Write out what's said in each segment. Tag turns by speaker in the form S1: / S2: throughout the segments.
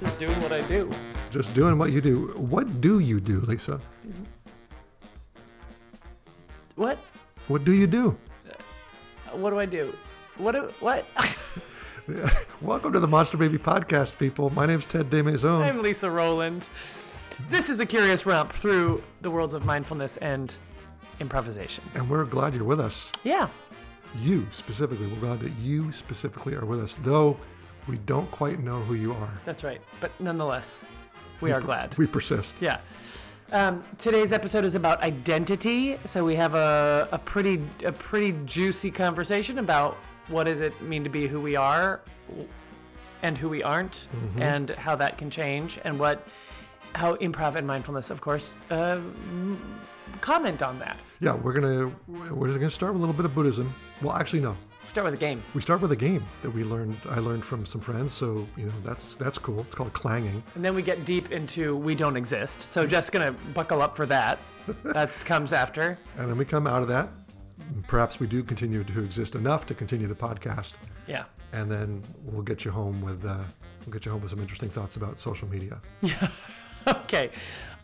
S1: just doing what I do.
S2: Just doing what you do. What do you do, Lisa?
S1: What?
S2: What do you do?
S1: What do I do? What? Do, what?
S2: Welcome to the Monster Baby Podcast, people. My name's Ted DeMaison.
S1: I'm Lisa Rowland. This is a curious romp through the worlds of mindfulness and improvisation.
S2: and we're glad you're with us.
S1: Yeah.
S2: You specifically. We're glad that you specifically are with us, though we don't quite know who you are.
S1: That's right. But nonetheless, we are glad.
S2: We persist.
S1: Yeah. Um, today's episode is about identity, so we have a, a pretty a pretty juicy conversation about what does it mean to be who we are, and who we aren't, and how that can change, and what how improv and mindfulness, of course, uh, comment on that.
S2: Yeah, we're gonna we're gonna start with a little bit of Buddhism. Well, actually, no.
S1: Start with a game.
S2: We start with a game that we learned. I learned from some friends, so you know that's that's cool. It's called clanging.
S1: And then we get deep into we don't exist. So just gonna buckle up for that. that comes after.
S2: And then we come out of that. Perhaps we do continue to exist enough to continue the podcast,
S1: Yeah.
S2: and then we'll get you home with uh, we'll get you home with some interesting thoughts about social media.
S1: Okay.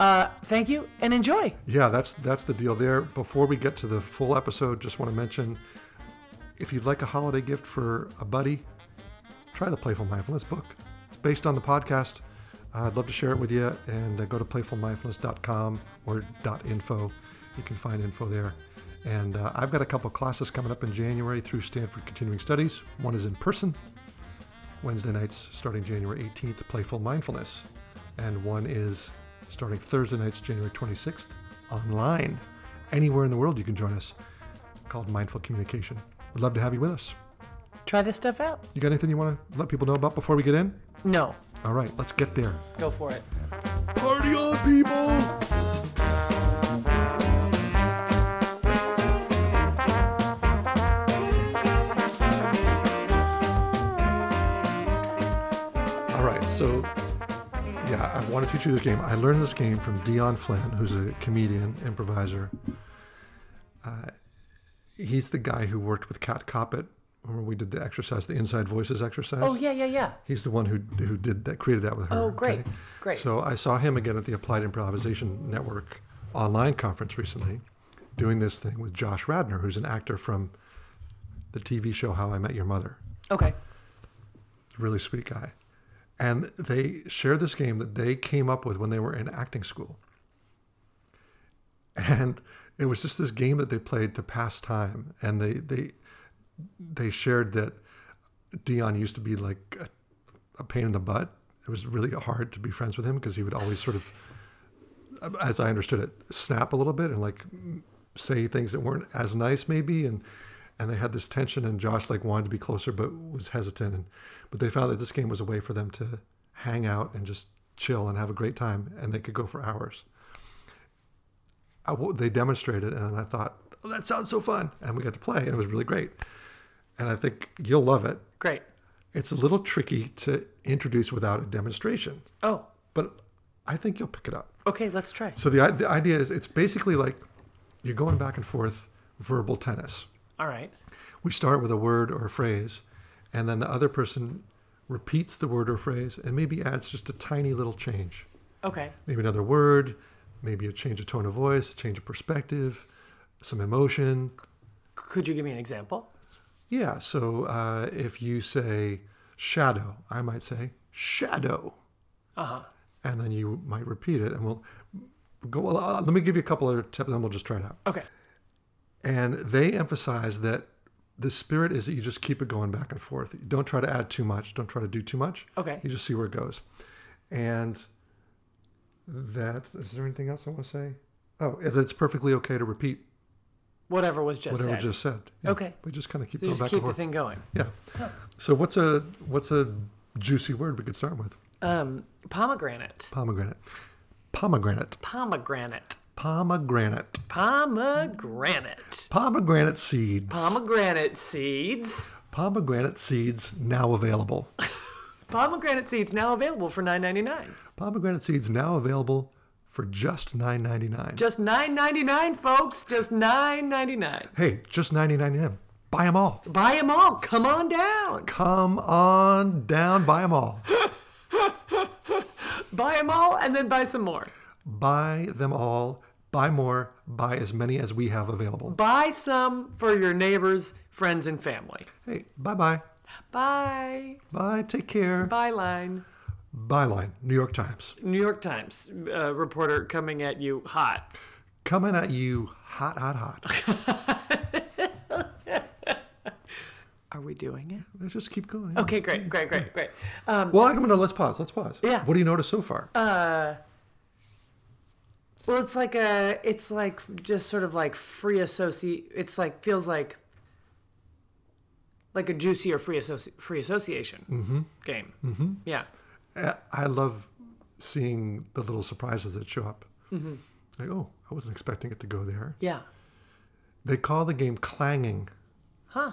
S1: Uh, thank you and enjoy.
S2: Yeah, that's that's the deal there. Before we get to the full episode, just want to mention if you'd like a holiday gift for a buddy, try the Playful Mindfulness book. It's based on the podcast. Uh, I'd love to share it with you, and uh, go to playfulmindfulness.com or .info. You can find info there. And uh, I've got a couple classes coming up in January through Stanford Continuing Studies. One is in person, Wednesday nights starting January 18th, Playful Mindfulness. And one is starting Thursday nights, January 26th, online. Anywhere in the world you can join us, called Mindful Communication. We'd love to have you with us.
S1: Try this stuff out.
S2: You got anything you want to let people know about before we get in?
S1: No.
S2: All right, let's get there.
S1: Go for it.
S2: Party on, people! All right, so yeah, I want to teach you this game. I learned this game from Dion Flynn, who's a comedian, improviser. Uh, he's the guy who worked with Cat Coppett. Remember we did the exercise, the Inside Voices exercise.
S1: Oh yeah, yeah, yeah.
S2: He's the one who who did that, created that with her.
S1: Oh, great, great.
S2: So I saw him again at the Applied Improvisation Network online conference recently, doing this thing with Josh Radner, who's an actor from the TV show How I Met Your Mother.
S1: Okay.
S2: Really sweet guy, and they shared this game that they came up with when they were in acting school, and it was just this game that they played to pass time, and they they they shared that Dion used to be like a, a pain in the butt. It was really hard to be friends with him because he would always sort of, as I understood it, snap a little bit and like say things that weren't as nice maybe and and they had this tension and Josh like wanted to be closer but was hesitant and but they found that this game was a way for them to hang out and just chill and have a great time and they could go for hours. I w they demonstrated and I thought oh, that sounds so fun and we got to play and it was really great and I think you'll love it.
S1: Great.
S2: It's a little tricky to introduce without a demonstration,
S1: Oh,
S2: but I think you'll pick it up.
S1: okay. Let's try.
S2: So the, i- the idea is it's basically like you're going back and forth verbal tennis.
S1: All right.
S2: We start with a word or a phrase, and then the other person repeats the word or phrase and maybe adds just a tiny little change.
S1: Okay.
S2: Maybe another word, maybe a change of tone of voice, a change of perspective, some emotion.
S1: Could you give me an example?
S2: Yeah, so uh, if you say shadow, I might say shadow.
S1: Uh huh.
S2: and then you might repeat it and we'll go well, uh, let me give you a couple other tips and then we'll just try it out
S1: Okay.
S2: and they emphasize that the spirit is that you just keep it going back and forth You don't try to add too much don't try to do too much
S1: Okay.
S2: you just see where it goes and that is there anything else i want to say oh and that it's perfectly okay to repeat
S1: Whatever was just
S2: whatever
S1: said.
S2: just said
S1: Okay.
S2: we just kind of keep
S1: You
S2: going
S1: just
S2: back
S1: keep
S2: and
S1: the
S2: forth
S1: thing going.
S2: yeah so what's a what's a juicy word we could start with
S1: Um, pomegranate.
S2: pomegranate pomegranate
S1: Pomegranate.
S2: pomegranate
S1: Pomegranate.
S2: Pomegranate seeds.
S1: Pomegranate seeds.
S2: Pomegranate seeds now available.
S1: Pomegranate seeds now available for nine ninety nine.
S2: Pomegranate seeds now available for just $9.99.
S1: Just nine ninety nine, folks. Just nine ninety nine.
S2: hey, just $9.99. Buy them all.
S1: Buy them all. Come on down.
S2: Come on down, buy them all.
S1: buy them all and then buy some more.
S2: Buy them all. Buy more. Buy as many as we have available.
S1: Buy some for your neighbors, friends, and family.
S2: Hey, bye bye.
S1: Bye.
S2: Bye. Take care.
S1: Bye, line.
S2: Byline, New York Times.
S1: New York Times uh, reporter coming at you hot.
S2: Coming at you hot, hot, hot.
S1: Are we doing it?
S2: Let's just keep going.
S1: Okay, great, great, great, great. Uh,
S2: Well, I'm gonna let's pause. Let's pause.
S1: Yeah. Uh,
S2: What do you notice so far?
S1: Well, it's like a, it's like just sort of like free associate. It's like feels like, like a juicier free associ- free association game. Mm-hmm. Yeah,
S2: I- Uh, I love seeing the little surprises that show up.
S1: Mm-hmm.
S2: Like, oh, I wasn't expecting it to go there.
S1: yeah,
S2: They call the game clanging.
S1: huh?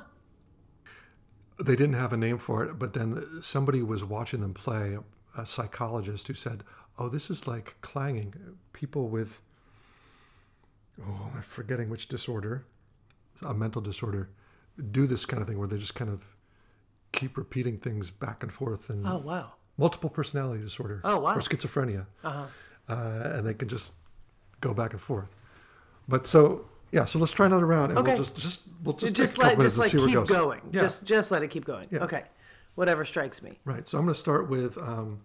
S2: They didn't have a name for it, but then somebody was watching them play, a psychologist who said, oh, this is like clanging. People with, oh, I'm forgetting which disorder, a mental disorder, do this kind of thing where they just kind of keep repeating things back and forth and
S1: Oh wow,
S2: multiple personality disorder
S1: Oh, wow. Uh-huh.
S2: or schizophrenia uh, and they can just go back and forth but so yeah so let's try another round and
S1: Okay.
S2: we'll just just we'll just,
S1: just,
S2: take a couple
S1: let
S2: minutes
S1: just
S2: and
S1: like
S2: see where it
S1: keep
S2: goes
S1: going.
S2: yeah
S1: Just just let it keep going.
S2: Yeah.
S1: Okay, whatever strikes me.
S2: right so i'm going to start with um,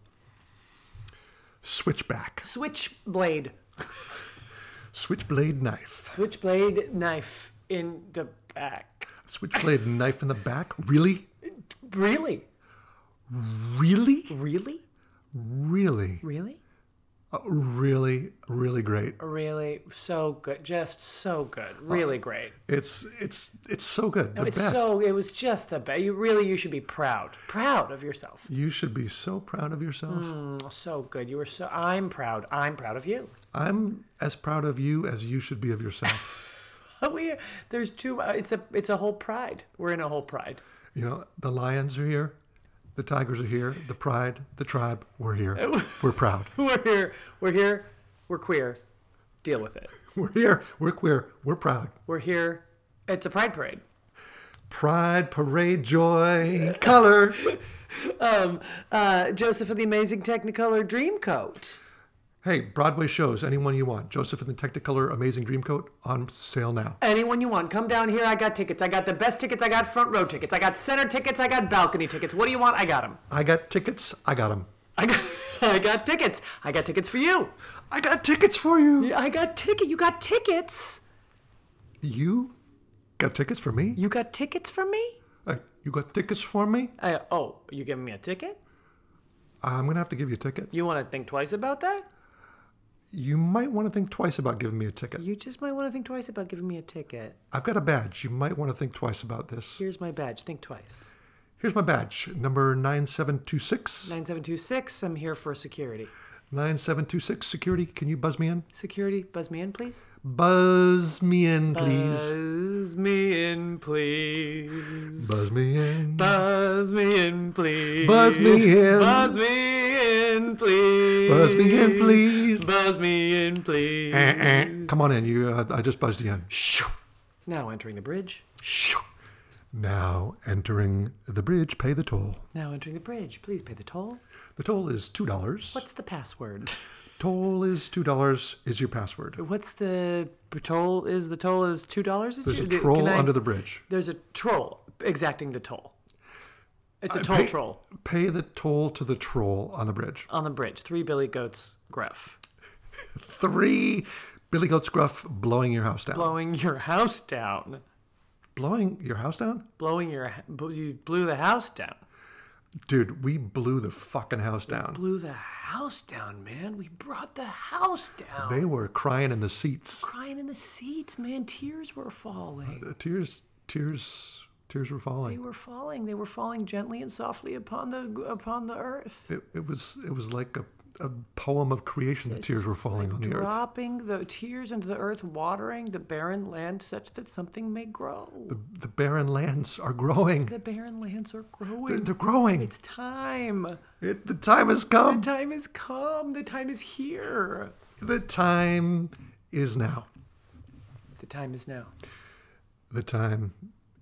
S2: switchback
S1: Switchblade,
S2: switchblade knife
S1: switchblade knife in the back.
S2: switchblade knife in the back really
S1: Really,
S2: really
S1: really,
S2: really
S1: really,
S2: Uh, really really great
S1: really, so good. Just so good. Really great.
S2: it's it's it's so good the
S1: Oh, It's
S2: best
S1: so it was just the best. You really you should be proud, proud of yourself.
S2: you should be so proud of yourself
S1: Mm, So good. You were so. I'm proud. I'm proud of you.
S2: I'm as proud of you as you should be of yourself.
S1: Oh, We there's two. uh, It's a it's a whole pride. We're in a whole pride.
S2: you know, the lions are here, the tigers are here, the pride, the tribe, we're here. We're proud.
S1: We're here. We're here. We're queer. Deal with it.
S2: We're here. We're queer. We're proud.
S1: We're here. It's a pride parade.
S2: Pride, parade, joy, color.
S1: Um, uh, Joseph of the Amazing Technicolor Dreamcoat.
S2: Hey, Broadway shows, anyone you want. Joseph in the Technicolor Amazing Dreamcoat on sale now.
S1: Anyone you want, come down here. I got tickets. I got the best tickets. I got front row tickets. I got center tickets. I got balcony tickets. What do you want? I got them.
S2: I got tickets. I got them.
S1: I got, I got tickets. I got tickets for you.
S2: I got tickets for you.
S1: I got ticket. You got tickets.
S2: You got tickets for me?
S1: You got tickets for me?
S2: Uh, you got tickets for me?
S1: I, oh, you giving me a ticket?
S2: I'm going to have to give you a ticket.
S1: You want to think twice about that?
S2: You might want to think twice about giving me a ticket.
S1: You just might want to think twice about giving me a ticket.
S2: I've got a badge. You might want to think twice about this.
S1: Here's my badge. Think twice.
S2: Here's my badge, number 9726.
S1: 9726, I'm here for security.
S2: 9726, security, can you buzz me in?
S1: Security, buzz me in, please.
S2: Buzz me in, please.
S1: Buzz me in, please.
S2: Buzz me in.
S1: Buzz me in, please.
S2: Buzz me in.
S1: Buzz me in, please.
S2: Buzz me in, please.
S1: Buzz me in, please.
S2: Eh, eh. Come on in. You, uh, I just buzzed you in.
S1: Shoo. Now entering the bridge.
S2: Shoo. Now entering the bridge, pay the toll.
S1: Now entering the bridge. Please pay the toll.
S2: The toll is two dollars.
S1: What's the password?
S2: Toll is two dollars. Is your password?
S1: What's the toll? Is the toll is two dollars?
S2: There's a troll under the bridge.
S1: There's a troll exacting the toll. It's a toll
S2: Uh, pay-
S1: troll
S2: Pay the toll to the troll on the bridge.
S1: on the bridge. Three billy goats gruff,
S2: Three. Billy Goat Scruff blowing your house down.
S1: blowing your house down,
S2: blowing your house down?
S1: blowing your h- bl- you blew the house down,
S2: Dude, we blew the fucking house down.
S1: blew the house down, man. We brought the house down.
S2: They were crying in the seats.
S1: Crying in the seats, man. Tears were falling.
S2: The tears, tears, tears were
S1: They
S2: falling.
S1: were falling. They were falling gently and softly upon the upon the earth.
S2: It, it was, it was like a, a poem of creation. The tears were falling on the earth.
S1: dropping the tears into the earth, watering the barren land such that something may grow.
S2: The, the barren lands are growing.
S1: The barren lands are
S2: They're,
S1: growing.
S2: they're growing.
S1: It's time.
S2: It, the time has
S1: The
S2: come.
S1: time has come. The time is here.
S2: The time is now.
S1: The time is now.
S2: The time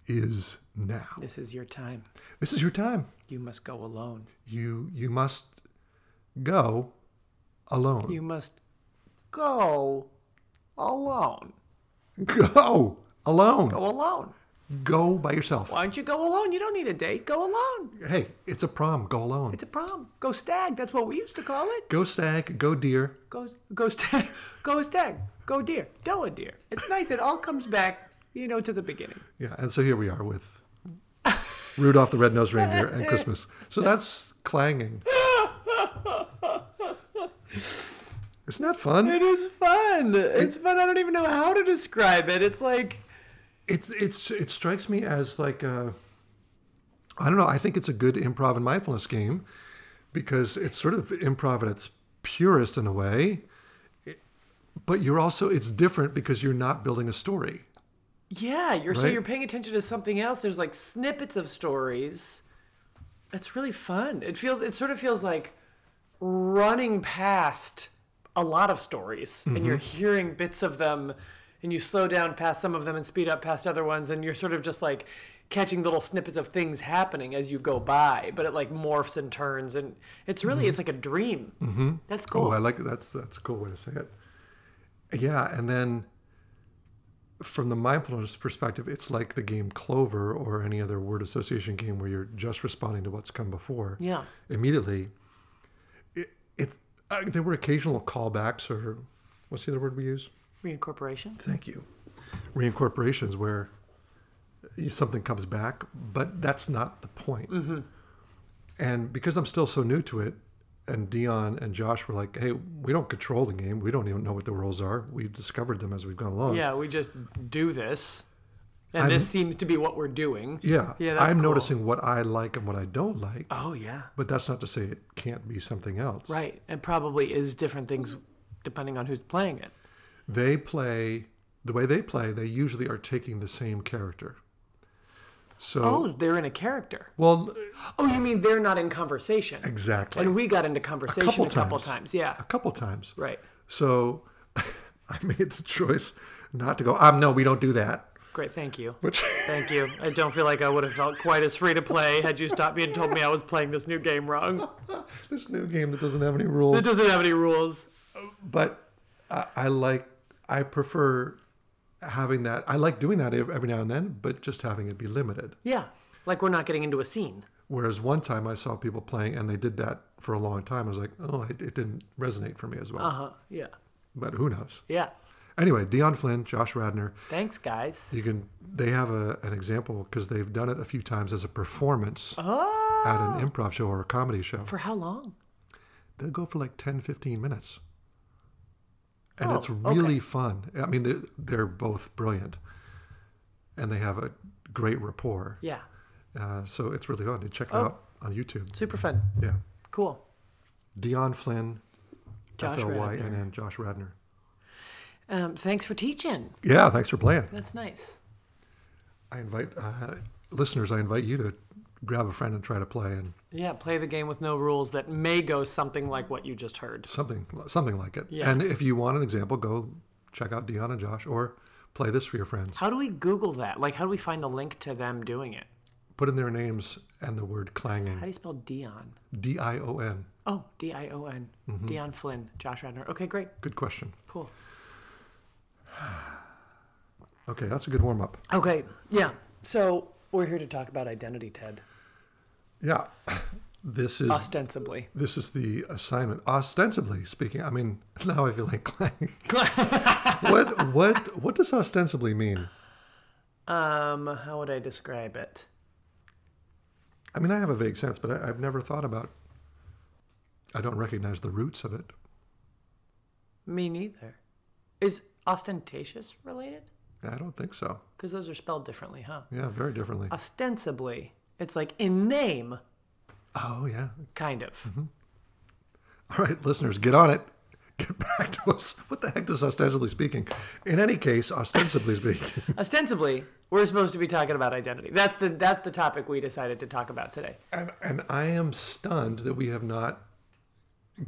S2: is now.
S1: This is your time.
S2: This is your time.
S1: You must go alone.
S2: You, you must go alone.
S1: You must go alone.
S2: Go alone.
S1: Go alone.
S2: Go by yourself.
S1: Why don't you go alone? You don't need a date. Go alone.
S2: Hey, it's a prom. Go alone.
S1: It's a prom. Go stag. That's what we used to call it.
S2: Go stag. Go deer.
S1: Go go stag. Go stag. Go deer. Do a deer. It's nice. It all comes back, you know, to the beginning.
S2: Yeah, and so here we are with Rudolph the Red-Nosed Reindeer and Christmas. So that's clanging. Isn't that fun?
S1: It is fun. It's fun. I don't even know how to describe it. It's like
S2: It's it's it strikes me as like a I don't know, I think it's a good improv and mindfulness game because it's sort of improv at its purest in a way. It- but you're also it's different because you're not building a story.
S1: yeah, you're so
S2: Right.
S1: you're paying attention to something else. There's like snippets of stories. It's really fun. It feels it sort of feels like running past a lot of stories
S2: Mm-hmm.
S1: and you're hearing bits of them and you slow down past some of them and speed up past other ones and you're sort of just like catching little snippets of things happening as you go by but it like morphs and turns and it's really it's like a dream mm-hmm. that's cool
S2: Oh, I like that's that's a cool way to say it. Yeah, and then from the mindfulness perspective, it's like the game Clover or any other word association game where you're just responding to what's come before
S1: yeah
S2: immediately. It, it's uh, there were occasional callbacks or what's the other word we use?
S1: reincorporation
S2: Thank you. Reincorporations where you- something comes back, but that's not the point.
S1: Mm-hmm.
S2: And because I'm still so new to it, and Dion and Josh were like, "Hey, we don't control the game. We don't even know what the rules are. We've discovered them as we've gone along."
S1: Yeah, we just do this. And
S2: I'm-
S1: this seems to be what we're doing.
S2: yeah.
S1: Yeah, that's
S2: I'm
S1: cool.
S2: noticing what I like and what I don't like,
S1: Oh, yeah.
S2: but that's not to say it can't be something else.
S1: Right. And probably is different things depending on who's playing it.
S2: they play the way they play they usually are taking the same character so
S1: Oh, they're in a character.
S2: well
S1: Oh, you mean they're not in conversation?
S2: exactly
S1: And we got into conversation a couple,
S2: couple
S1: times.
S2: times.
S1: Yeah.
S2: a couple times
S1: Right.
S2: so i made the choice not to go um no we don't do that
S1: Great. Thank you.
S2: which
S1: Thank you. I don't feel like I would have felt quite as free to play had you stopped me and told me I was playing this new game wrong.
S2: this new game that doesn't have any
S1: It
S2: rules
S1: doesn't have any rules.
S2: but I, I like i prefer having that i like doing that ev- every now and then but just having it be limited
S1: Yeah. Like we're not getting into a scene.
S2: whereas one time i saw people playing and they did that for a long time i was like oh it, it didn't resonate for me as well
S1: Uh huh. Yeah.
S2: but who knows
S1: Yeah.
S2: Anyway, Dion Flynn, Josh Radner,
S1: Thanks, guys.
S2: you can they have a, an example because they've done it a few times as a performance
S1: Oh.
S2: at an improv show or a comedy show.
S1: For how long?
S2: They'll go for like 10, 15 minutes. And it's
S1: Oh, okay.
S2: really fun. I mean, they're, they're both brilliant and they have a great rapport.
S1: Yeah.
S2: Uh, so it's really fun. Check
S1: Oh.
S2: it out on YouTube.
S1: Super fun.
S2: Yeah.
S1: Cool.
S2: Dion Flynn,
S1: Josh
S2: F L Y N N, Josh Radner.
S1: Um, thanks for teaching.
S2: Yeah, thanks for playing.
S1: That's nice.
S2: I invite uh, listeners, I invite you to grab a friend and try to play and
S1: Yeah, play the game with no rules that may go something like what you just heard.
S2: something something like it.
S1: Yeah.
S2: And if you want an example, go check out Dion and Josh or play this for your friends.
S1: How do we Google that? Like, how do we find the link to them doing it?
S2: Put in their names and the word
S1: How do
S2: clanging.
S1: you spell Dion?
S2: D I O N.
S1: Oh, D I O N. Dion Flynn, Josh Radner. Okay, great.
S2: Good question.
S1: Cool.
S2: Okay, that's a good warm up.
S1: Okay, yeah. So we're here to talk about identity, Ted,
S2: Yeah. This is
S1: ostensibly.
S2: this is the assignment. Ostensibly speaking, I mean, now I feel like clanging. what what what does ostensibly mean?
S1: Um, how would I describe it?
S2: I mean, I have a vague sense, but I, I've never thought about. I don't recognize the roots of it.
S1: Me neither. Is ostentatious related?
S2: I don't think so.
S1: Because those are spelled differently, huh?
S2: Yeah, very differently.
S1: Uh, ostensibly it's like in name
S2: Oh yeah.
S1: kind of
S2: Mm-hmm. All right, listeners, get on it. Get back to us. What the heck does ostensibly speaking? In any case, ostensibly speaking,
S1: ostensibly we're supposed to be talking about identity that's the that's the topic we decided to talk about today
S2: and, and I am stunned that we have not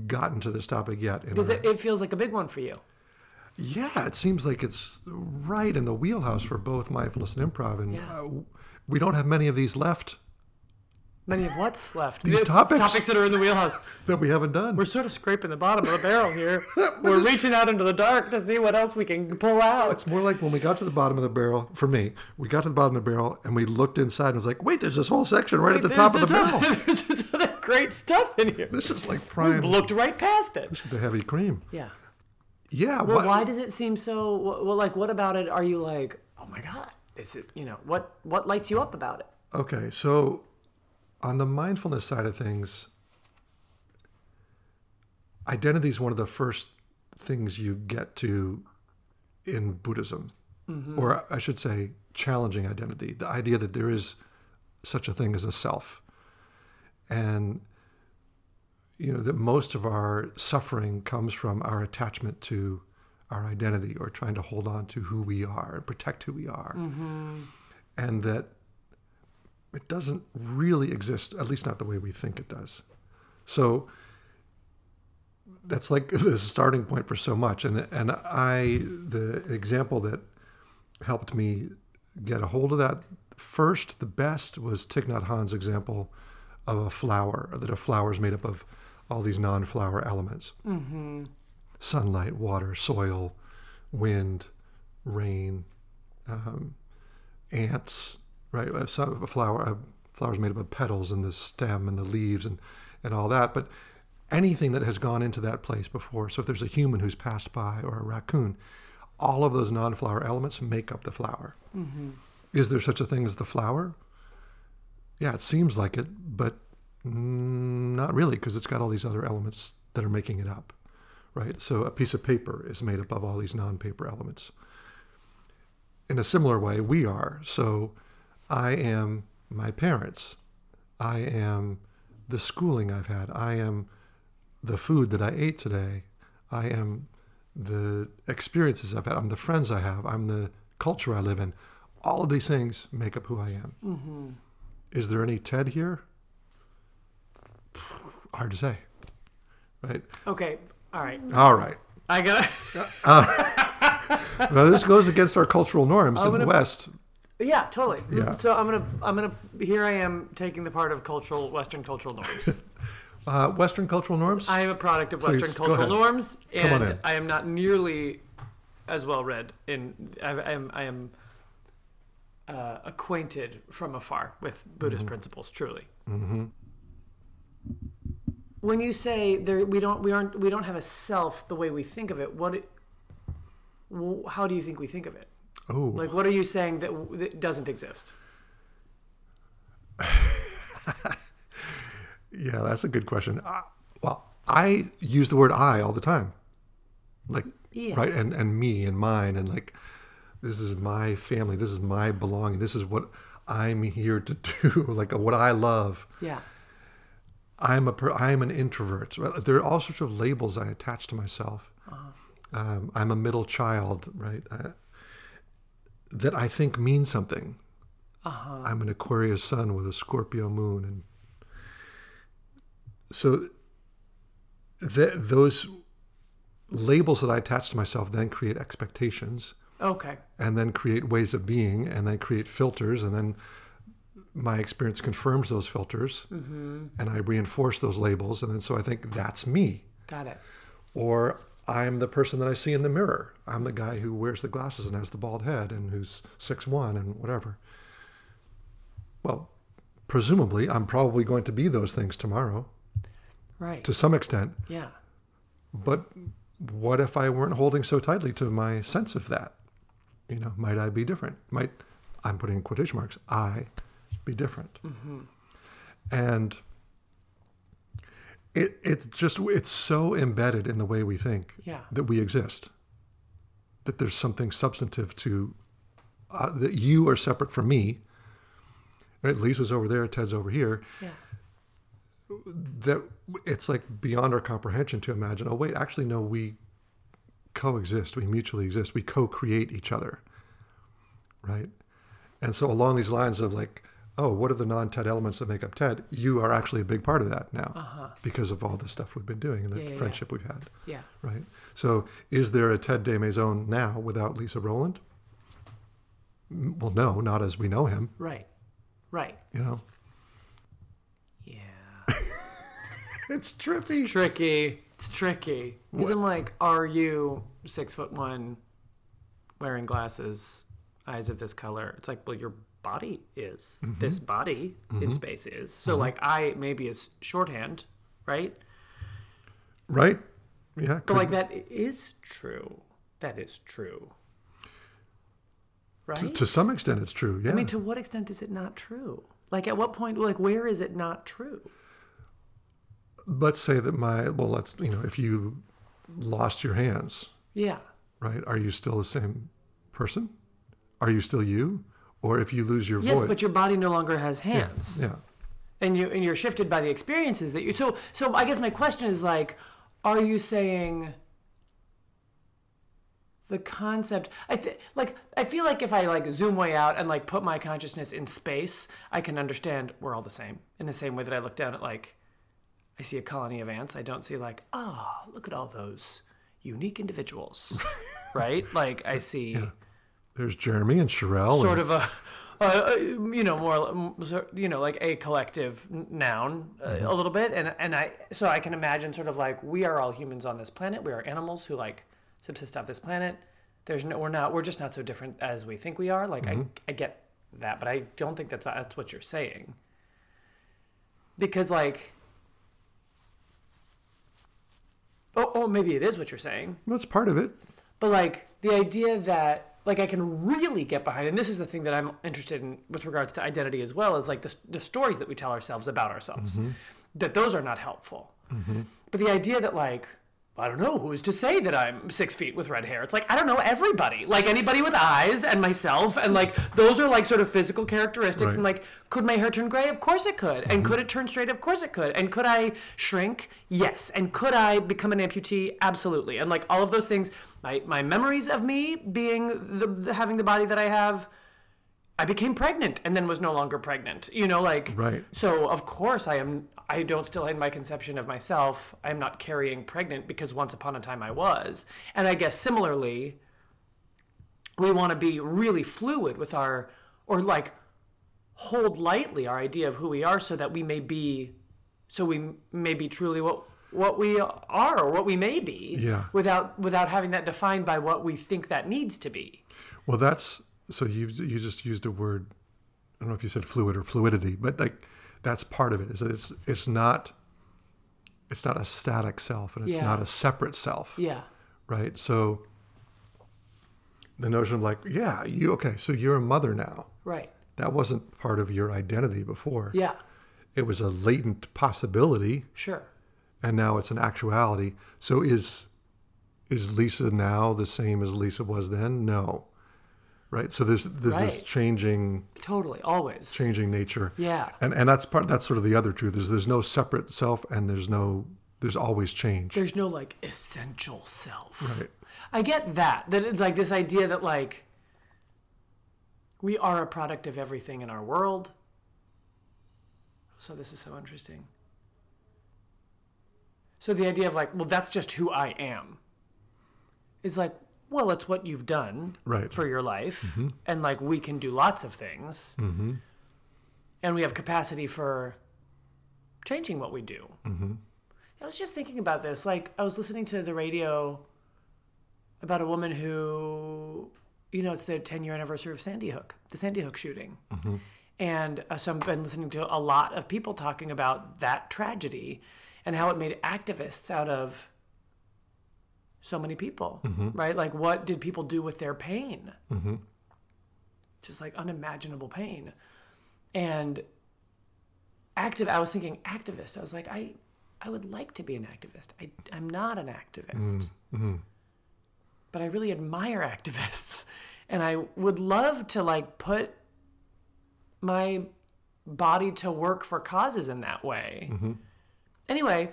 S2: gotten to this topic yet. in
S1: because
S2: our-
S1: it, it feels like a big one for you
S2: yeah, it seems like it's right in the wheelhouse for both mindfulness and improv, and uh, we don't have many of these left.
S1: Many of what's left?
S2: These
S1: The
S2: topics.
S1: Topics that are in the wheelhouse.
S2: that we haven't done.
S1: We're sort of scraping the bottom of the barrel here. We're reaching out into the dark to see what else we can pull out.
S2: It's more like when we got to the bottom of the barrel, for me, we got to the bottom of the barrel and we looked inside and was like, wait, there's this whole section right at the
S1: There's
S2: top of the
S1: this other-
S2: barrel.
S1: There's this other great stuff in here.
S2: This is like prime
S1: Looked right past it.
S2: the heavy cream.
S1: Yeah.
S2: Yeah.
S1: But
S2: what-
S1: why does it seem so? wh- Well, like, what about it? Are you like, oh my god, is it? You know, what what lights you up about it?
S2: Okay, so on the mindfulness side of things, identity is one of the first things you get to in Buddhism, or I should say, challenging identity, the idea that there is such a thing as a self. And, you know, that most of our suffering comes from our attachment to our identity or trying to hold on to who we are and protect who we are. And that it doesn't really exist, at least not the way we think it does. So that's like the starting point for so much. And and I the example that helped me get a hold of that first, the best was Thich Nhat Hanh's example of a flower, that a flower is made up of all these non-flower elements: sunlight, water, soil, wind, rain, ants, right? A, so- a flower, a flower's made up of petals and the stem and the leaves and and all that. But anything that has gone into that place before. So if there's a human who's passed by or a raccoon, all of those non-flower elements make up the flower. Is there such a thing as the flower? Yeah, it seems like it, but mm, not really, because it's got all these other elements that are making it up, right? So a piece of paper is made up of all these non-paper elements in a similar way, we are. So I am my parents. I am the schooling I've had. I am the food that I ate today. I am the experiences I've had. I'm the friends I have. I'm the culture I live in. All of these things make up who I am. Is there any Ted here? Hard to say. Right?
S1: Okay, all right,
S2: All right.
S1: I got.
S2: Now, this goes against our cultural norms in the
S1: gonna-
S2: West.
S1: yeah, totally.
S2: Yeah.
S1: So I'm gonna I'm gonna here I am taking the part of cultural Western cultural norms.
S2: Uh, Western cultural norms?
S1: I am a product of
S2: Please,
S1: Western
S2: go
S1: cultural
S2: ahead.
S1: norms,
S2: Come on
S1: and
S2: in.
S1: I am not nearly as well read. In I, I am I am uh, acquainted from afar with Buddhist principles. Truly. Mm-hmm. When you say there, we don't we aren't we don't have a self the way we think of it. What? it- wh- How do you think we think of it?
S2: oh.
S1: Like, what are you saying that, w- that doesn't exist?
S2: Yeah, that's a good question. Uh, well, I use the word I all the time. Like,
S1: Yeah.
S2: right? And, and me and mine. And like, this is my family. This is my belonging. This is what I'm here to do. like, what I love.
S1: Yeah.
S2: I'm a per, I'm an introvert. Right? There are all sorts of labels I attach to myself. Um, I'm a middle child, right? I, that I think means something. I'm an Aquarius sun with a Scorpio moon, and so th- those labels that I attach to myself then create expectations
S1: Okay.
S2: and then create ways of being and then create filters and then my experience confirms those filters and i reinforce those labels and then so i think that's me
S1: Got it.
S2: or i'm the person that i see in the mirror i'm the guy who wears the glasses and has the bald head and who's six one and whatever well presumably i'm probably going to be those things tomorrow
S1: Right.
S2: to some extent
S1: yeah.
S2: but what if I weren't holding so tightly to my sense of that? You know, might I be different? Might I'm putting in quotation marks? I be different? And it it's just it's so embedded in the way we think
S1: Yeah.
S2: that we exist. That there's something substantive to uh, that you are separate from me. Right? Lisa's over there. Ted's over here
S1: Yeah.
S2: that it's like beyond our comprehension to imagine oh wait actually no we coexist we mutually exist we co-create each other right and so along these lines of like oh what are the non-ted elements that make up ted you are actually a big part of that now because of all the stuff we've been doing and the
S1: Uh-huh. Yeah, yeah, yeah.
S2: friendship we've had
S1: Yeah.
S2: right so is there a ted de maison now without lisa roland M- well no not as we know him
S1: Right. Right.
S2: you know it's trippy.
S1: It's tricky. It's tricky. Because I'm like, are you six foot one, wearing glasses, eyes of this color? It's like, well, your body is.
S2: Mm-hmm.
S1: This body in space is. So, like, I maybe is shorthand, right?
S2: right? Yeah.
S1: But,
S2: could-
S1: like, that is true. That is true. Right?
S2: to, to some extent, it's true. Yeah.
S1: I mean, to what extent is it not true? Like, at what point, like, where is it not true?
S2: let's say that my well, let's you know, if you lost your hands,
S1: Yeah.
S2: right? Are you still the same person? Are you still you? Or if you lose your
S1: Yes,
S2: voice,
S1: but your body no longer has hands.
S2: yeah,
S1: and you and you're shifted by the experiences that you so so i guess my question is like are you saying the concept i th- like i feel like if i like zoom way out and like put my consciousness in space i can understand we're all the same in the same way that i look down at like i see a colony of ants i don't see like ah look at all those unique individuals right like i see
S2: there's Jeremy and Sherelle.
S1: sort
S2: and,
S1: of a, a you know more you know like a collective n- noun uh, a little bit and and I so I can imagine sort of like we are all humans on this planet we are animals who like subsist off this planet there's no we're not we're just not so different as we think we are like I I get that but I don't think that's that's what you're saying because like oh, oh maybe it is what you're saying
S2: that's part of it.
S1: but like the idea that like I can really get behind, and this is the thing that I'm interested in with regards to identity as well, is like the, the stories that we tell ourselves about ourselves, that those are not helpful. But the idea that like I don't know who's to say that I'm six feet with red hair. It's like I don't know everybody, like anybody with eyes and myself, and like those are like sort of physical characteristics.
S2: Right.
S1: And like, could my hair turn gray? Of course it could. And could it turn straight? Of course it could. And could I shrink? Yes. And could I become an amputee? Absolutely. And like all of those things, my my memories of me being the, the having the body that I have. I became pregnant and then was no longer pregnant. You know, like
S2: Right.
S1: So of course I am. I don't still in my conception of myself. I am not carrying pregnant because once upon a time I was, and I guess similarly, we want to be really fluid with our or like hold lightly our idea of who we are, so that we may be, so we may be truly what what we are or what we may be,
S2: Yeah.
S1: without without having that defined by what we think that needs to be.
S2: Well, that's so you you just used a word. I don't know if you said fluid or fluidity, but like that's part of it. Is that it's it's not it's not a static self and it's
S1: Yeah.
S2: not a separate self,
S1: Yeah.
S2: right? So the notion of like, yeah, you okay? So you're a mother now.
S1: Right.
S2: That wasn't part of your identity before.
S1: Yeah.
S2: It was a latent possibility,
S1: Sure.
S2: and now it's an actuality. So is is Lisa now the same as Lisa was then? No. Right. So there's there's this
S1: Right.
S2: changing
S1: Totally, always.
S2: changing nature.
S1: Yeah.
S2: And and that's part that's sort of the other truth is there's no separate self and there's no there's always change.
S1: There's no like essential self.
S2: Right.
S1: I get that. That it's like this idea that like we are a product of everything in our world. So this is so interesting. So the idea of like, well, that's just who I am. Is like, well, it's what you've done.
S2: Right.
S1: for your life and like we can do lots of things and we have capacity for changing what we do i was just thinking about this like i was listening to the radio about a woman who you know it's the 10 year anniversary of sandy hook the sandy hook shooting and uh, so i've been listening to a lot of people talking about that tragedy and how it made activists out of so many people, right? Like, what did people do with their pain? Just like unimaginable pain. And active, I was thinking activist. I was like, I, I would like to be an activist. I, I'm not an activist, but I really admire activists, and I would love to like put my body to work for causes in that way. Anyway,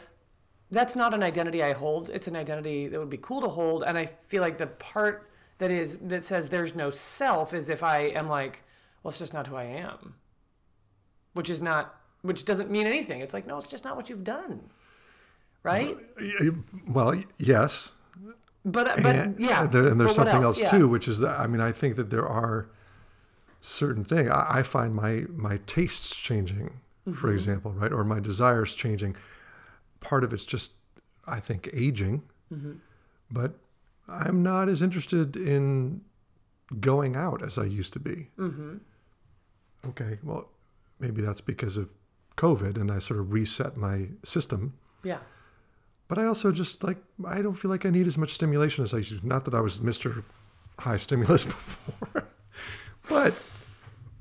S1: that's not an identity I hold. It's an identity that would be cool to hold. And I feel like the part that is that says there's no self is if I am like, well, it's just not who I am, which is not, which doesn't mean anything. It's like, no, it's just not what you've done, right?
S2: Y- y- Well, y- yes.
S1: But but
S2: and,
S1: yeah,
S2: and there- and there's
S1: but what
S2: something else,
S1: Yeah.
S2: too, which is that I mean, I think that there are certain things. I, I
S1: Mm-hmm.
S2: find my my tastes changing, for example, right, or my desires changing, part of it's just, I think, aging.
S1: Mm-hmm.
S2: But I'm not as interested in going out as I used to be.
S1: Mm-hmm.
S2: Okay, well, maybe that's because of COVID and I sort of reset my system.
S1: Yeah.
S2: But I also just like, I don't feel like I need as much stimulation as I used to. Not that I was Mr. High Stimulus before, but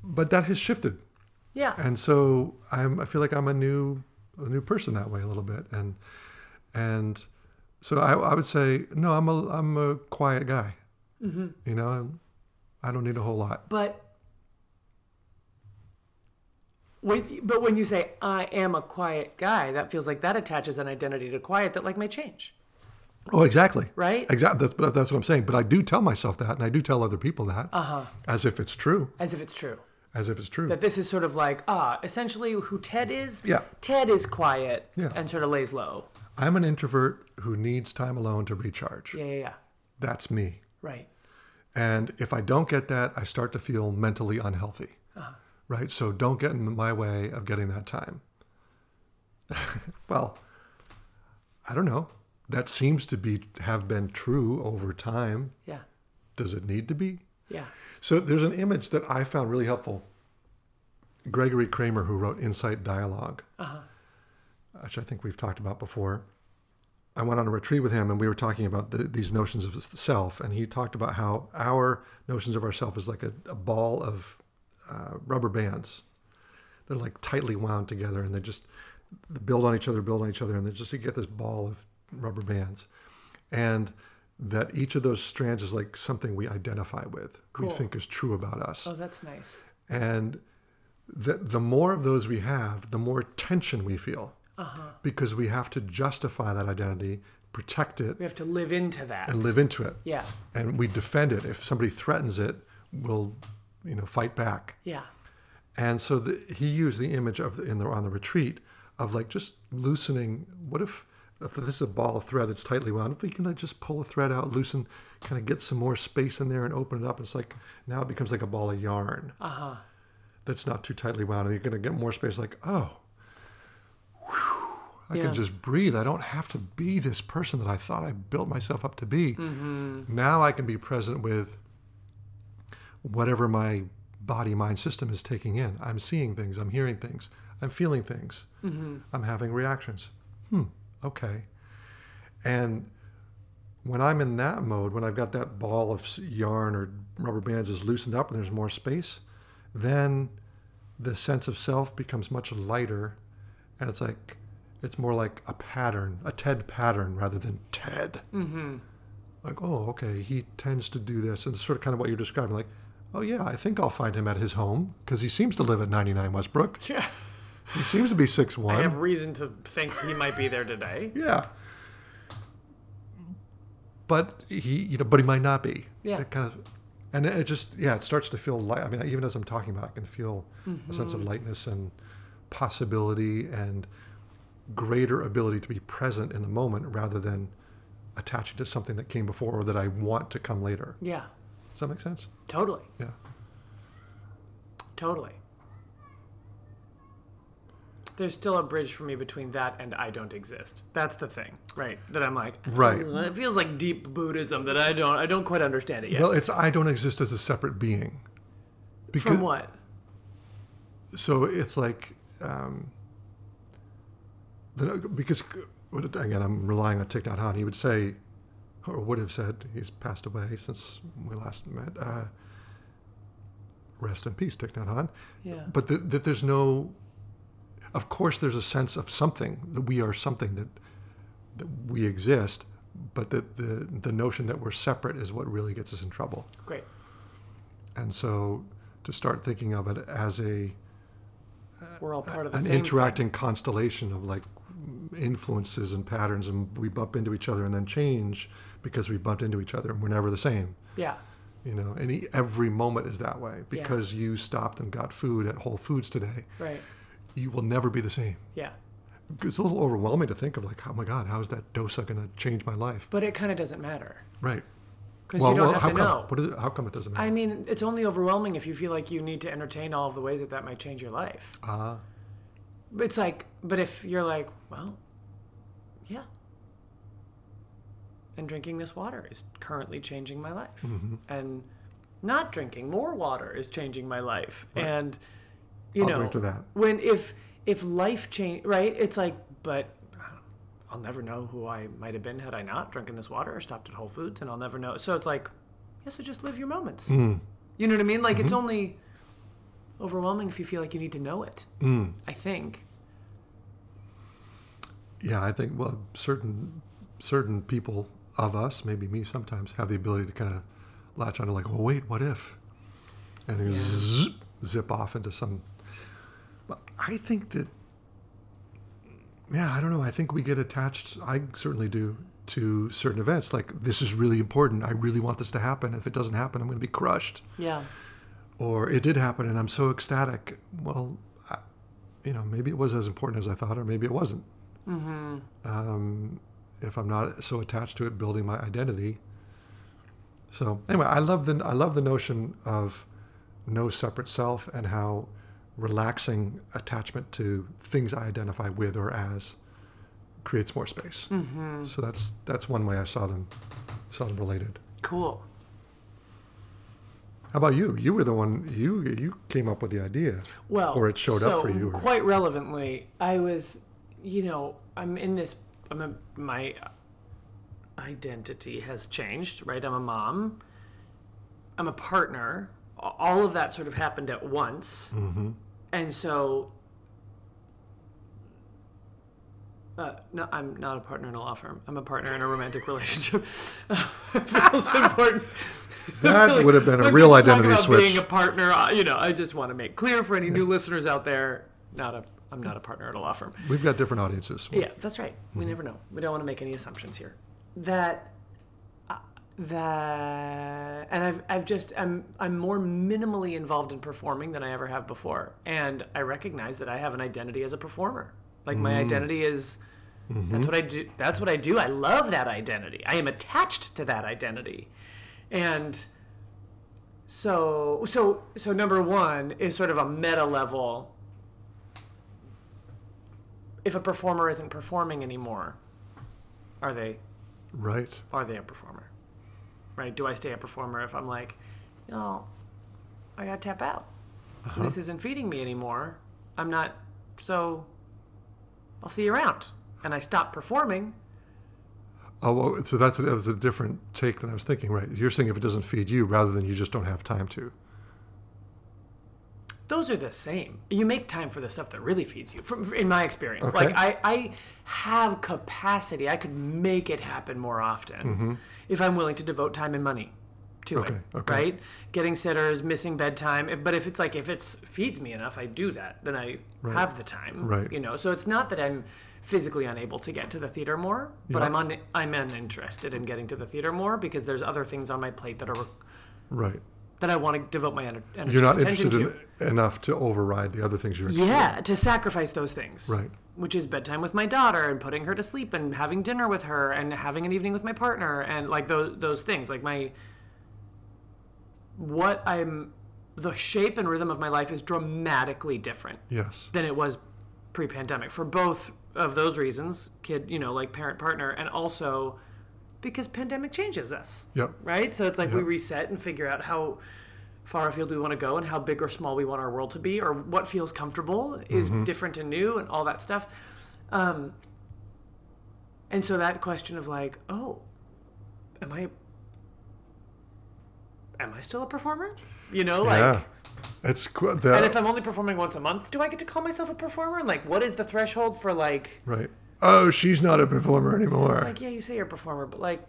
S2: but that has shifted
S1: Yeah.
S2: and so I'm, I feel like I'm a new a new person that way a little bit, and and so I, I would say no, I'm a I'm a quiet guy, mm-hmm. you know, I'm, I don't need a whole lot.
S1: But when, but when you say I am a quiet guy, that feels like that attaches an identity to quiet that like may change.
S2: Oh, exactly,
S1: Right?
S2: exactly. That's but that's what I'm saying. But I do tell myself that, and I do tell other people that, uh-huh. as if it's true,
S1: As if it's true.
S2: as if it's true.
S1: That this is sort of like, ah, essentially who Ted is.
S2: Yeah.
S1: Ted is quiet
S2: Yeah.
S1: and sort of lays low.
S2: I'm an introvert who needs time alone to recharge.
S1: Yeah, yeah, yeah.
S2: That's me.
S1: Right.
S2: And if I don't get that, I start to feel mentally unhealthy. Right? So don't get in my way of getting that time. well, I don't know. That seems to be have been true over time.
S1: Yeah.
S2: Does it need to be?
S1: Yeah.
S2: So there's an image that I found really helpful. Gregory Kramer, who wrote Insight Dialogue, which I think we've talked about before. I went on a retreat with him, and we were talking about the, these notions of the self, and he talked about how our notions of ourself is like a, a ball of uh, rubber bands. They're like tightly wound together, and they just they build on each other, build on each other, and they just you get this ball of rubber bands, and that each of those strands is like something we identify with, we
S1: Cool.
S2: think is true about us,
S1: Oh, that's nice.
S2: and that the more of those we have, the more tension we feel because we have to justify that identity, protect it,
S1: We have to live into that.
S2: and live into it.
S1: Yeah.
S2: And we defend it. If somebody threatens it, we'll, you know, fight back.
S1: Yeah.
S2: And so the, he used the image of the, in the on the retreat of like just loosening. What if if this is a ball of thread that's tightly wound? If we can like just pull a thread out, loosen, kind of get some more space in there, and open it up. It's like now it becomes like a ball of yarn that's not too tightly wound, and you're going to get more space. Like oh. whew, I
S1: Yeah.
S2: can just breathe. I don't have to be this person that I thought I built myself up to be. Now I can be present with whatever my body mind system is taking in. I'm seeing things, I'm hearing things, I'm feeling things, I'm having reactions. Hmm, okay. And when I'm in that mode, when I've got that ball of s- yarn or rubber bands is loosened up and there's more space, then the sense of self becomes much lighter and it's like, it's more like a pattern, a TED pattern rather than TED
S1: Mm-hmm.
S2: like, oh, okay, he tends to do this. And it's sort of kind of what you're describing, like, oh, yeah, I think I'll find him at his home because he seems to live at 99 Westbrook.
S1: Yeah.
S2: He seems to be
S1: I
S2: 6'1.
S1: have reason to think he might be there today.
S2: yeah. But he, you know, but he might not be.
S1: Yeah.
S2: That kind of, and it just, yeah, it starts to feel light. I mean, even as I'm talking about, it, I can feel
S1: Mm-hmm.
S2: a sense of lightness and possibility and greater ability to be present in the moment rather than attaching to something that came before or that I want to come later.
S1: Yeah.
S2: Does that make sense?
S1: Totally.
S2: Yeah.
S1: Totally. There's still a bridge for me between that and I don't exist. That's the thing, right? That I'm like,
S2: Right.
S1: "Mm, It feels like deep Buddhism that I don't, I don't quite understand it yet.
S2: Well, it's I don't exist as a separate being.
S1: From what?
S2: So it's like, um, the, because what- again, I'm relying on Thich Nhat Hanh. He would say, or would have said, he's passed away since we last met. Uh, rest in peace, Thich Nhat Hanh.
S1: Yeah.
S2: But that that there's no, of course, there's a sense of something that we are something that that we exist, but that the the notion that we're separate is what really gets us in trouble.
S1: Great.
S2: And so to start thinking of it as a
S1: We're all part of the
S2: an
S1: same.
S2: interacting constellation of like influences and patterns and we bump into each other and then change because we bumped into each other and we're never the same.
S1: Yeah.
S2: You know, any every moment is that way. Because you stopped and got food at Whole Foods today,
S1: Right.
S2: you will never be the same.
S1: Yeah.
S2: It's a little overwhelming to think of like, oh my God, how is that dosa gonna change my life?
S1: But it kind of doesn't matter
S2: Right.
S1: because you don't have
S2: how
S1: to
S2: come?
S1: know.
S2: What is it, how come it doesn't matter?
S1: I mean, it's only overwhelming if you feel like you need to entertain all of the ways that that might change your life.
S2: Ah,
S1: It's like, but if you're like, well, yeah. And drinking this water is currently changing my life.
S2: Mm-hmm.
S1: And not drinking more water is changing my life. And you
S2: I'll
S1: know,
S2: drink to that.
S1: when if if life change, right? It's like, but uh, I'll never know who I might have been had I not drinking this water or stopped at Whole Foods, and I'll never know. So it's like, yeah, so just live your moments.
S2: Mm-hmm. Mm,
S1: You know what I mean? Like it's only overwhelming if you feel like you need to know it.
S2: mm.
S1: I think.
S2: Yeah, I think well, certain certain people of us, maybe me, sometimes have the ability to kind of latch onto like, well, wait, what if? And then zip, zip off into some. But I think that, yeah, I don't know. I think we get attached. I certainly do to certain events. Like this is really important. I really want this to happen. If it doesn't happen, I'm going to be crushed.
S1: Yeah.
S2: Or it did happen, and I'm so ecstatic. Well, I, you know, maybe it was as important as I thought, or maybe it wasn't Um, if I'm not so attached to it building my identity. So anyway, I love the I love the notion of no separate self and how relaxing attachment to things I identify with or as creates more space. So that's that's one way I saw them saw them related.
S1: Cool.
S2: How about you? You were the one you you came up with the idea.
S1: well
S2: or it showed
S1: so
S2: up for you. or-
S1: quite relevantly i was you know i'm in this i'm a, my identity has changed right i'm a mom i'm a partner A- all of that sort of happened at once and so uh, no, I'm not a partner in a law firm. I'm a partner in a romantic relationship. Feels important.
S2: That
S1: Really,
S2: would have been a
S1: when
S2: real
S1: people talk
S2: identity
S1: about
S2: switch.
S1: Being a partner, I- you know, I just want to make clear for any new listeners out there, not a, I'm not a partner at a law firm.
S2: We've got different audiences.
S1: Yeah, that's right. We never know. We don't want to make any assumptions here. That, uh, that, and I've, I've just, I'm, I'm more minimally involved in performing than I ever have before, and I recognize that I have an identity as a performer. Like my identity is. That's what I do. That's what I do. I love that identity. I am attached to that identity, and so so so number one is sort of a meta level if a performer isn't performing anymore, are they
S2: Right.
S1: are they a performer? Right? Do I stay a performer if I'm like, no, I gotta tap out. This isn't feeding me anymore. I'm not so I'll see you around. And I stop performing.
S2: Oh, well, so that's a, that's a different take than I was thinking, right? You're saying if it doesn't feed you, rather than you just don't have time to.
S1: Those are the same. You make time for the stuff that really feeds you, from, in my experience.
S2: Okay.
S1: Like, I, I have capacity. I could make it happen more often if I'm willing to devote time and money to
S2: Mm-hmm. Okay,
S1: it.
S2: okay.
S1: Right? Getting sitters, missing bedtime. If- But if it's like, if it feeds me enough, I do that. Then I have the time.
S2: Right.
S1: You know, so it's not that I'm physically unable to get to the theater more, but
S2: Yeah.
S1: I'm, un- I'm uninterested in getting to the theater more because there's other things on my plate that are.
S2: Right.
S1: That I want to devote my ener- energy
S2: You're not
S1: and attention
S2: interested
S1: to.
S2: in, enough to override the other things you're interested
S1: Yeah, to sacrifice those things.
S2: Right.
S1: Which is bedtime with my daughter and putting her to sleep and having dinner with her and having an evening with my partner and like those those things. Like my what I'm the shape and rhythm of my life is dramatically different
S2: Yes.
S1: than it was pre-pandemic for both of those reasons, kid, you know, like parent partner and also because pandemic changes us
S2: Yep.
S1: right? So it's like we
S2: Yeah.
S1: reset and figure out how far afield we want to go and how big or small we want our world to be or what feels comfortable is
S2: Mm-hmm.
S1: different and new and all that stuff. Um, and so that question of like, oh, am I am I still a performer? You know, like
S2: yeah. It's qu- that.
S1: and if I'm only performing once a month, do I get to call myself a performer? And like what is the threshold for like
S2: right. Oh, she's not a performer anymore.
S1: like yeah, you say you're a performer, but like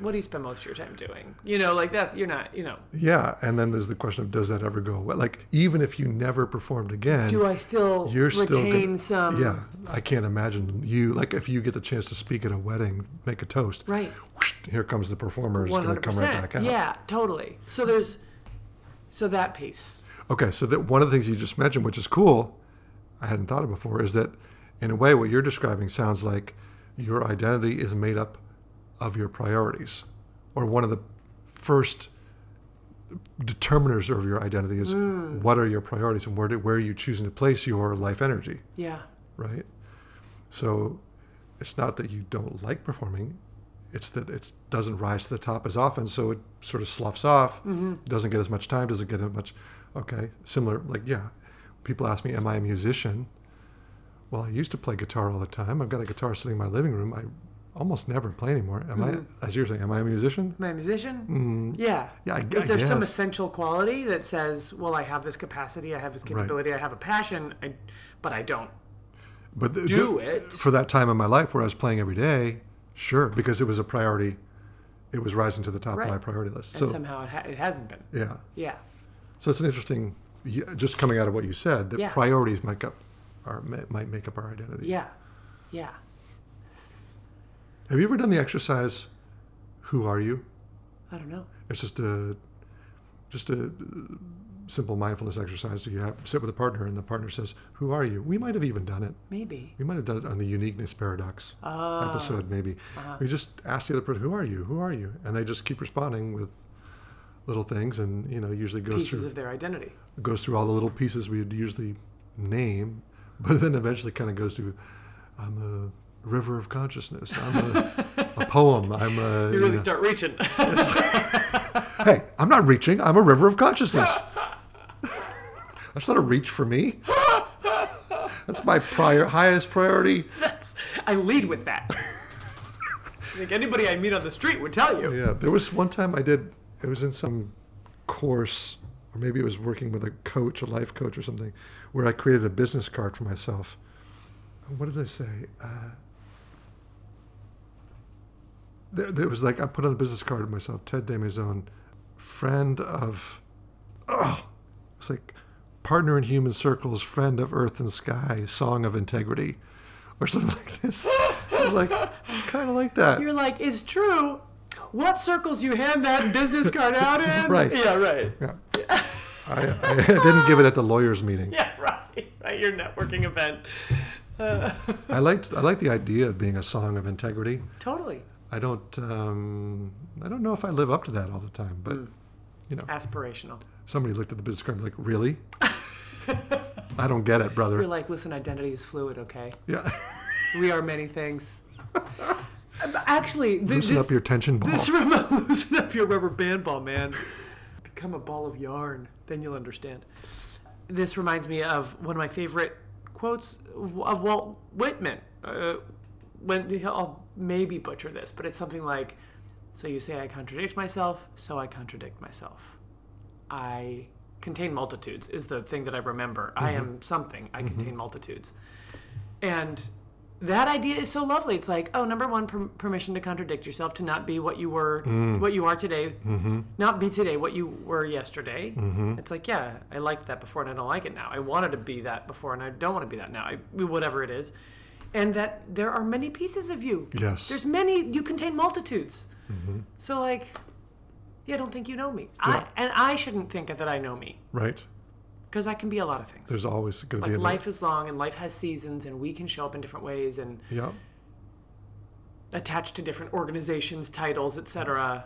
S1: what do you spend most of your time doing? You know, like that's you're not, you know.
S2: yeah. And then there's the question of does that ever go away? Like even if you never performed again,
S1: do I still
S2: you're
S1: retain
S2: still gonna-
S1: some?
S2: Yeah. I can't imagine you like if you get the chance to speak at a wedding, make a toast.
S1: Right.
S2: Whoosh, here comes the performer. is
S1: One
S2: going to
S1: hundred
S2: come right back out.
S1: percent. Yeah, totally. So there's, so that piece.
S2: Okay, so that one of the things you just mentioned, which is cool, I hadn't thought of before, is that in a way what you're describing sounds like your identity is made up of your priorities, or one of the first determiners of your identity is
S1: Hmm.
S2: what are your priorities and where do, where are you choosing to place your life energy,
S1: Yeah.
S2: right? So it's not that you don't like performing it's that it doesn't rise to the top as often so it sort of sloughs off
S1: Mm-hmm.
S2: doesn't get as much time doesn't get as much okay similar like yeah people ask me am i a musician well i used to play guitar all the time i've got a guitar sitting in my living room i almost never play anymore am
S1: Mm-hmm.
S2: i as you're saying am i a musician
S1: Am I a musician? Yeah.
S2: Mm. Yeah, I gu-
S1: Is there
S2: I
S1: some
S2: guess.
S1: essential quality that says, well, I have this capacity, I have this capability, I have a passion, I, but I don't
S2: but th-
S1: do
S2: th-
S1: it?
S2: for that time in my life where I was playing every day, sure, because it was a priority. It was rising to the top
S1: Right.
S2: of my priority list. So
S1: and somehow it, ha- it hasn't been.
S2: yeah,
S1: Yeah.
S2: so it's an interesting, y- just coming out of what you said, that
S1: Yeah.
S2: priorities might up our, ma- might make up our identity.
S1: Yeah. Yeah.
S2: Have you ever done the exercise? Who are you?
S1: I don't know.
S2: It's just a just a uh, simple mindfulness exercise. You have sit with a partner, and the partner says, "Who are you?" We might have even done it.
S1: Maybe.
S2: We might have done it on the uniqueness paradox
S1: Ah.
S2: episode, maybe.
S1: Uh-huh.
S2: We just ask the other person, "Who are you? Who are you?" And they just keep responding with little things, and you know, usually goes
S1: Pieces
S2: through
S1: of their identity.
S2: goes through all the little pieces we'd usually name, but then eventually kind of goes to, "I'm a river of consciousness. I'm a, a poem. I'm a
S1: You
S2: you
S1: really
S2: know."
S1: start reaching.
S2: hey, I'm not reaching. I'm a river of consciousness." That's not a reach for me. That's my prior highest priority.
S1: That's, I lead with that. I think anybody I meet on the street would tell you.
S2: Yeah, there was one time I did. It was in some course, or maybe it was working with a coach, a life coach, or something, where I created a business card for myself. What did I say? Uh, there, there was like I put on a business card of myself, Ted DeMaison, friend of, oh, it's like partner in human circles, friend of earth and sky, song of integrity, or something like this. It was like kind of like that.
S1: You're like, it's true. What circles you hand that business card out in?
S2: Right.
S1: Yeah, right.
S2: Yeah. I, I didn't give it at the lawyers meeting.
S1: Yeah, right. Right, your networking event.
S2: I liked I like the idea of being a song of integrity.
S1: Totally.
S2: I don't um, I don't know if I live up to that all the time, but
S1: Mm. Aspirational.
S2: somebody looked at the business card and like, really? I don't get it, brother.
S1: You're like, listen, identity is fluid, okay?
S2: yeah,
S1: We are many things. Actually, th-
S2: loosen
S1: this,
S2: up your tension ball.
S1: this remote, loosen up your rubber band ball, man. Become a ball of yarn, then you'll understand. This reminds me of one of my favorite quotes of Walt Whitman. Uh, when I'll maybe butcher this, but it's something like, "So you say I contradict myself, so I contradict myself." I contain multitudes is the thing that I remember. I am something. I contain multitudes. And that idea is so lovely. It's like, oh, number one, per- permission to contradict yourself, to not be what you were, what you are today, not be today what you were yesterday. It's like, yeah, I liked that before and I don't like it now. I wanted to be that before and I don't want to be that now. I, whatever it is, and that there are many pieces of you.
S2: Yes.
S1: there's many. You contain multitudes. So like, yeah, I don't think you know me.
S2: Mm-hmm. Yeah.
S1: I and I shouldn't think that I know me
S2: right.
S1: because I can be a lot of things.
S2: There's always going to be
S1: like
S2: a
S1: life is long and life has seasons and we can show up in different ways and
S2: Yeah,
S1: attached to different organizations, titles, etc.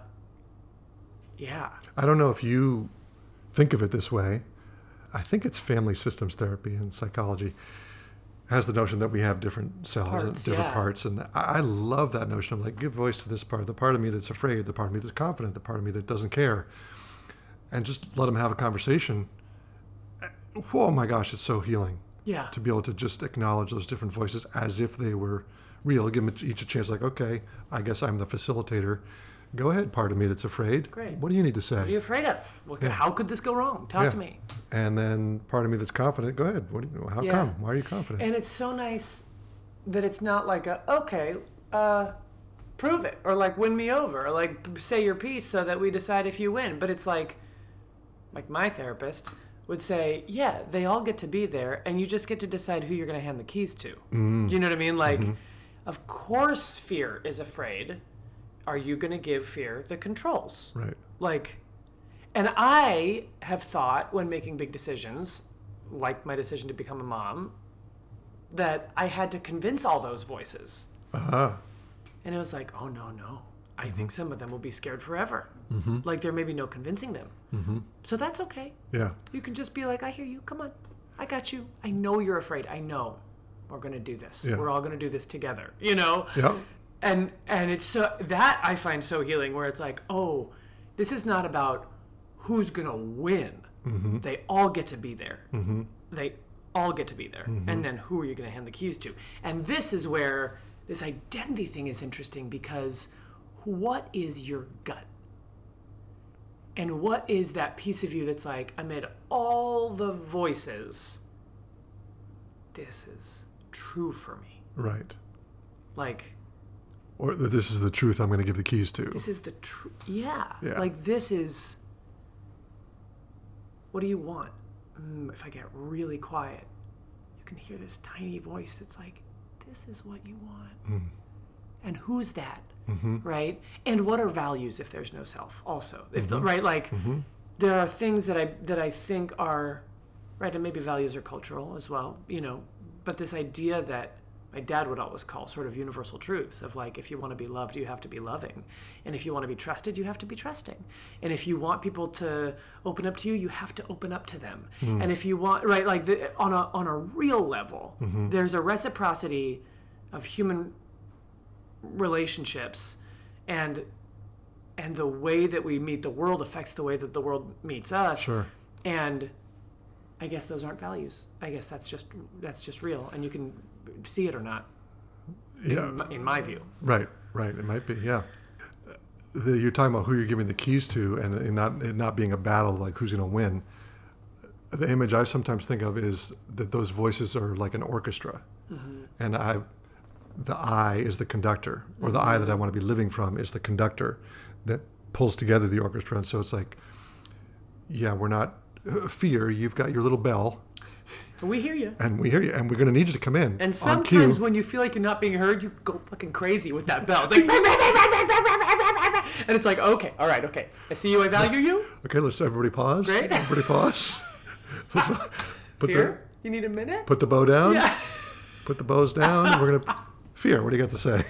S1: Yeah.
S2: I don't know if you think of it this way. I think it's family systems therapy and psychology has the notion that we have different selves and
S1: Parts,
S2: different
S1: yeah.
S2: parts. And I I love that notion of like, give voice to this part, the part of me that's afraid, the part of me that's confident, the part of me that doesn't care, and just let them have a conversation. Oh my gosh, it's so healing
S1: Yeah.
S2: to be able to just acknowledge those different voices as if they were real. Give 'em each a chance, like, okay, I guess I'm the facilitator. Go ahead, part of me that's afraid.
S1: Great.
S2: What do you need to say?
S1: What are you afraid of? What, How could this go wrong? Talk
S2: Yeah.
S1: to me.
S2: And then part of me that's confident, go ahead. What do you, how
S1: Yeah.
S2: come? Why are you confident?
S1: And it's so nice that it's not like a okay, uh, prove it or like win me over or like p- say your piece so that we decide if you win. But it's like, like my therapist would say, yeah, they all get to be there, and you just get to decide who you're going to hand the keys to. You know what I mean? Like, of course, fear is afraid. Are you going to give fear the controls?
S2: right.
S1: Like, and I have thought when making big decisions, like my decision to become a mom, that I had to convince all those voices.
S2: Uh-huh.
S1: And it was like, oh, no, no. I think some of them will be scared forever. Like, there may be no convincing them. So that's okay.
S2: Yeah.
S1: You can just be like, I hear you. Come on. I got you. I know you're afraid. I know. we're going to do this.
S2: Yeah.
S1: We're all going to do this together. You know?
S2: Yep.
S1: and and it's so that I find so healing where it's like, oh, this is not about who's gonna win. They all get to be there. They all get to be there. And then who are you gonna hand the keys to? And this is where this identity thing is interesting because what is your gut? And what is that piece of you that's like, amid all the voices, this is true for me?
S2: Right.
S1: Like,
S2: Or that this is the truth I'm going to give the keys to.
S1: this is the truth. Yeah.
S2: Yeah.
S1: Like this is. What do you want? Mm, if I get really quiet, you can hear this tiny voice that's like, "This is what you want." And who's that? Right? And what are values if there's no self? Also, if the, right, like there are things that I that I think are right, and maybe values are cultural as well. You know, but this idea that my dad would always call sort of universal truths of like if you want to be loved you have to be loving and if you want to be trusted you have to be trusting and if you want people to open up to you you have to open up to them and if you want right like the, on a on a real level there's a reciprocity of human relationships and and the way that we meet the world affects the way that the world meets us
S2: Sure.
S1: and i guess those aren't values i guess that's just that's just real and you can see it or not
S2: Yeah.
S1: in, in my view
S2: Right, right. It might be, yeah. Uh, The, you're talking about who you're giving the keys to, and it not it not being a battle like who's going to win. The image I sometimes think of is that those voices are like an orchestra,
S1: Mm-hmm.
S2: and I, the I is the conductor, or the I that I
S1: Mm-hmm.
S2: want to be living from is the conductor, that pulls together the orchestra. And so it's like, yeah, we're not uh, fear. You've got your little bell,
S1: we hear you
S2: and we hear you, and we're going to need you to come in
S1: and
S2: on cue.
S1: sometimes when you feel like you're not being heard you go fucking crazy with that bell it's like and it's like okay all right okay i see you i value you
S2: Okay, let's everybody pause.
S1: Great.
S2: Everybody pause. put
S1: fear you need a minute
S2: the put the bow down.
S1: yeah
S2: Put the bows down. We're gonna fear. What do you got to say?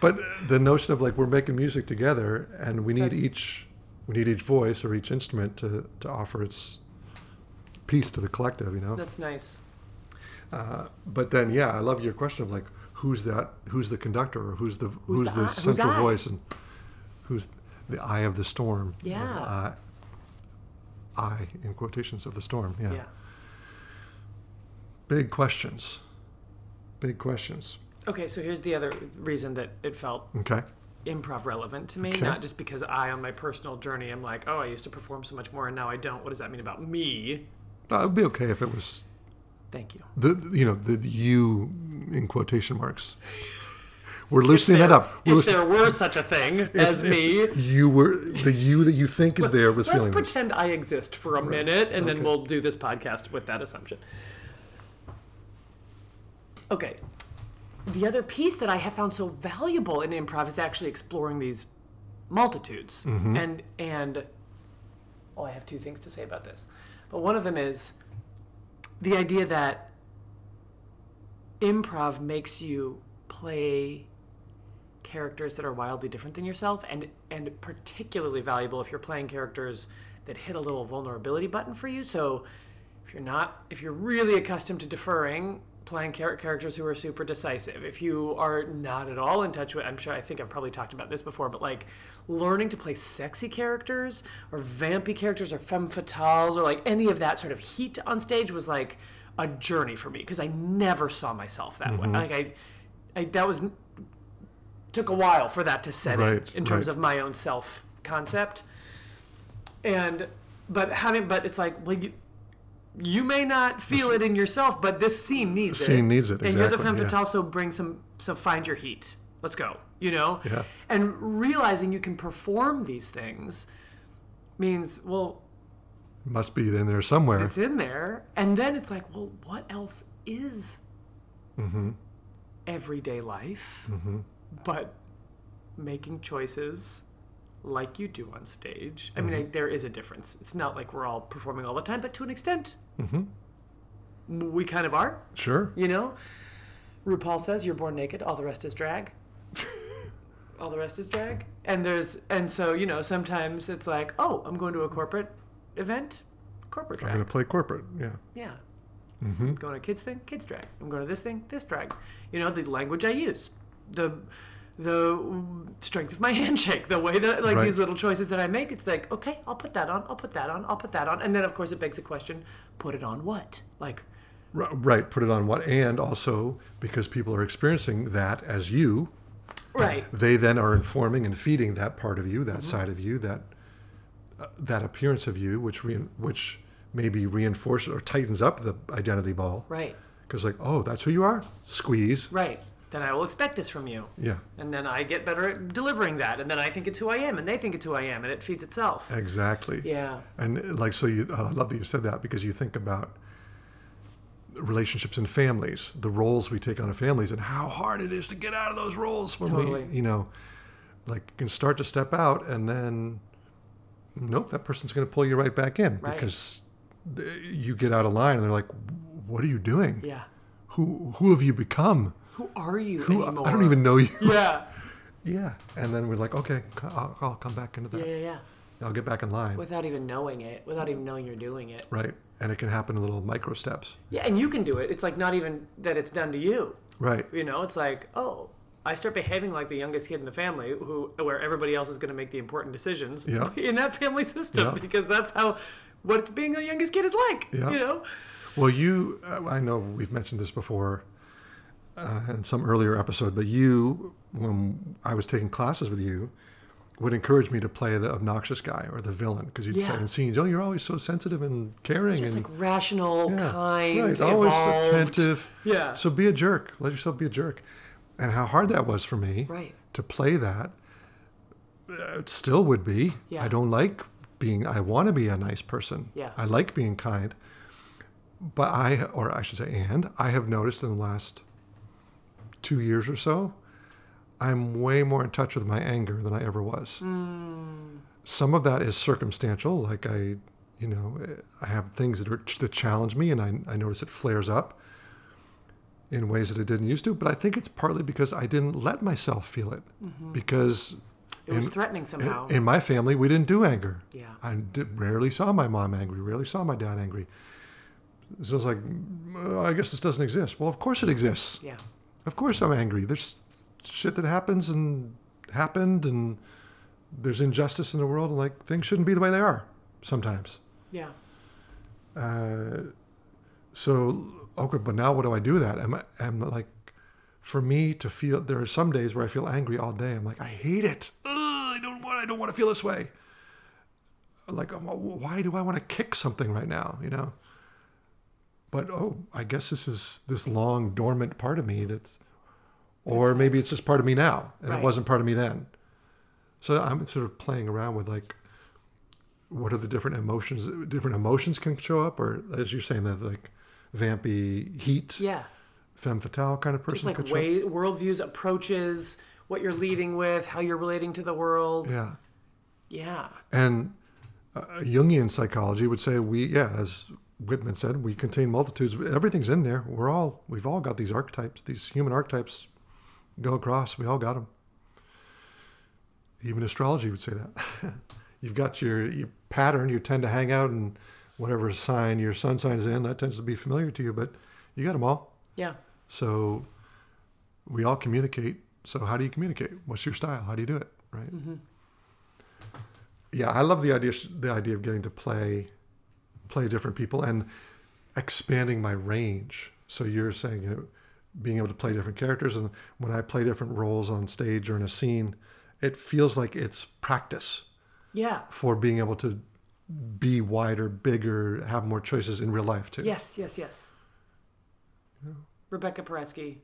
S2: but the notion of like we're making music together, and we need each we need each voice or each instrument to to offer its piece to the collective. You know.
S1: that's nice
S2: But then, yeah, I love your question of like who's that? Who's the conductor? Or who's the who's,
S1: the
S2: the,
S1: I- who's
S2: central
S1: I?
S2: voice? And who's the eye of the storm? or
S1: Yeah.
S2: the eye, eye in quotations of the storm. Yeah.
S1: yeah
S2: Big questions. Big questions.
S1: okay so here's the other reason that it felt
S2: Okay.
S1: improv relevant to me,
S2: Okay.
S1: not just because I, on my personal journey, am like, oh, I used to perform so much more and now I don't. What does that mean about me?
S2: No, it'd be okay if it was
S1: Thank you.
S2: the you know the you in quotation marks. We're loosening that up. We're
S1: If
S2: loosening-
S1: there were such a thing as
S2: if-
S1: me,
S2: if You were the you that you think is there was
S1: let's
S2: feeling this.
S1: pretend I exist for a minute and then
S2: Okay.
S1: we'll do this podcast with that assumption. Okay. The other piece that I have found so valuable in improv is actually exploring these multitudes.
S2: Mm-hmm.
S1: And and oh, I have two things to say about this. But one of them is the idea that improv makes you play characters that are wildly different than yourself and and particularly valuable if you're playing characters that hit a little vulnerability button for you so if you're not if you're really accustomed to deferring playing char- characters who are super decisive if you are not at all in touch with i'm sure i think i've probably talked about this before but like learning to play sexy characters or vampy characters or femme fatales or like any of that sort of heat on stage was like a journey for me because i never saw myself that way like I, I that was took a while for that to set
S2: Right,
S1: in in terms
S2: right.
S1: of my own self concept and but having but it's like well you, you may not feel it in yourself but this scene needs it
S2: scene needs it,
S1: and you're the
S2: exactly,
S1: femme
S2: yeah.
S1: fatale so bring some so find your heat let's go you know
S2: Yeah.
S1: and realizing you can perform these things means well
S2: It must be in there somewhere.
S1: it's in there and then it's like well what else is
S2: Mm-hmm,
S1: everyday life but making choices like you do on stage i mean I, there is a difference it's not like we're all performing all the time but to an extent we kind of are
S2: mm-hmm. Sure.
S1: you know rupaul says you're born naked all the rest is drag all the rest is drag and there's and so you know sometimes it's like oh i'm going to a corporate event corporate
S2: I'm
S1: drag
S2: going to play corporate. Yeah.
S1: yeah.
S2: Mm-hmm.
S1: I'm going to kids thing, kids drag. I'm going to this thing, this drag. You know, the language I use, the the strength of my handshake, the way that like
S2: Right.
S1: these little choices that I make. It's like, okay, I'll put that on. I'll put that on. I'll put that on. And then of course it begs the question, put it on what? Like,
S2: R- Right, put it on what? And also because people are experiencing that as you,
S1: right?
S2: they then are informing and feeding that part of
S1: Mm-hmm.
S2: you, that side of you, that uh, that appearance of you, which re- which maybe reinforces or tightens up the identity ball.
S1: Right,
S2: Because like, oh, that's who you are. Squeeze.
S1: right. Then I will expect this from you.
S2: Yeah,
S1: And then I get better at delivering that. And then I think it's who I am. And they think it's who I am. And it feeds itself.
S2: exactly.
S1: Yeah.
S2: And like, so you, uh, I love that you said that because you think about relationships and families, the roles we take on in families, and how hard it is to get out of those roles when
S1: Totally.
S2: we, you know, like you can start to step out and then, nope, that person's going to pull you right back in
S1: Right.
S2: because th- you get out of line and they're like, what are you doing?
S1: Yeah.
S2: Who, who have you become?
S1: Who are you
S2: Who,
S1: anymore?
S2: I don't even know you.
S1: Yeah.
S2: yeah. And then we're like, okay, c- I'll, I'll come back into
S1: Yeah,
S2: that.
S1: yeah, yeah.
S2: I'll get back in line.
S1: Without even knowing it, without
S2: Mm-hmm.
S1: even knowing you're doing it.
S2: right. And it can happen in little micro steps.
S1: Yeah, and you can do it. It's like not even that it's done to you.
S2: Right.
S1: You know, it's like, oh, I start behaving like the youngest kid in the family who where everybody else is going to make the important decisions
S2: Yeah.
S1: in that family system
S2: Yeah.
S1: because that's how what being the youngest kid is like,
S2: Yeah.
S1: you know?
S2: Well, you, uh, I know we've mentioned this before uh, in some earlier episode, but you, when I was taking classes with you, would encourage me to play the obnoxious guy or the villain because you'd say
S1: Yeah.
S2: in scenes, "Oh, you're always so sensitive and caring
S1: It's
S2: and
S1: like rational,
S2: yeah,
S1: kind,
S2: right, always
S1: evolved.
S2: attentive."
S1: Yeah.
S2: So be a jerk. Let yourself be a jerk. And how hard that was for me
S1: Right.
S2: to play that. Uh, It still would be.
S1: Yeah.
S2: I don't like being. I want to be a nice person.
S1: Yeah.
S2: I like being kind. But I, or I should say, and I have noticed in the last two years or so, I'm way more in touch with my anger than I ever was.
S1: Mm.
S2: Some of that is circumstantial, like I, you know, I have things that are that challenge me, and I, I notice it flares up in ways that it didn't used to. But I think it's partly because I didn't let myself feel it, because
S1: It was
S2: in-
S1: threatening somehow.
S2: in my family, we didn't do anger.
S1: Yeah.
S2: I did, rarely saw my mom angry, rarely saw my dad angry. So it's like, "Uh, I guess this doesn't exist. Well, of course it exists.
S1: yeah.
S2: Of course I'm angry. There's shit that happens and happened, and there's injustice in the world, and like things shouldn't be the way they are sometimes.
S1: Yeah.
S2: Uh, so okay, but now what do I do with that? Am I am like for me to feel there are some days where I feel angry all day. I'm like, I hate it. Ugh, I don't want I don't want to feel this way. Like wh- wh- why do I want to kick something right now, you know? But oh, I guess this is this long dormant part of me that's or maybe it's just part of me now and
S1: Right.
S2: it wasn't part of me then. So I'm sort of playing around with like what are the different emotions different emotions can show up or as you're saying that like vampy heat
S1: Yeah.
S2: femme fatale kind of
S1: Just
S2: person
S1: like
S2: could show
S1: way worldviews, approaches, what you're leading with, how you're relating to the world.
S2: up yeah
S1: Yeah.
S2: and uh, jungian psychology would say we yeah as whitman said we contain multitudes everything's in there we're all we've all got these archetypes these human archetypes go across we all got them even astrology would say that you've got your, your pattern you tend to hang out in whatever sign your sun sign is in that tends to be familiar to you but you got them all
S1: Yeah.
S2: So we all communicate. So how do you communicate? What's your style? How do you do it? Right. Yeah, I love the idea the idea of getting to play play different people and expanding my range. So you're saying you know, being able to play different characters and when I play different roles on stage or in a scene, it feels like it's practice
S1: Yeah.
S2: for being able to be wider, bigger, have more choices in real life too.
S1: Yes, yes, yes. Rebecca Paretsky,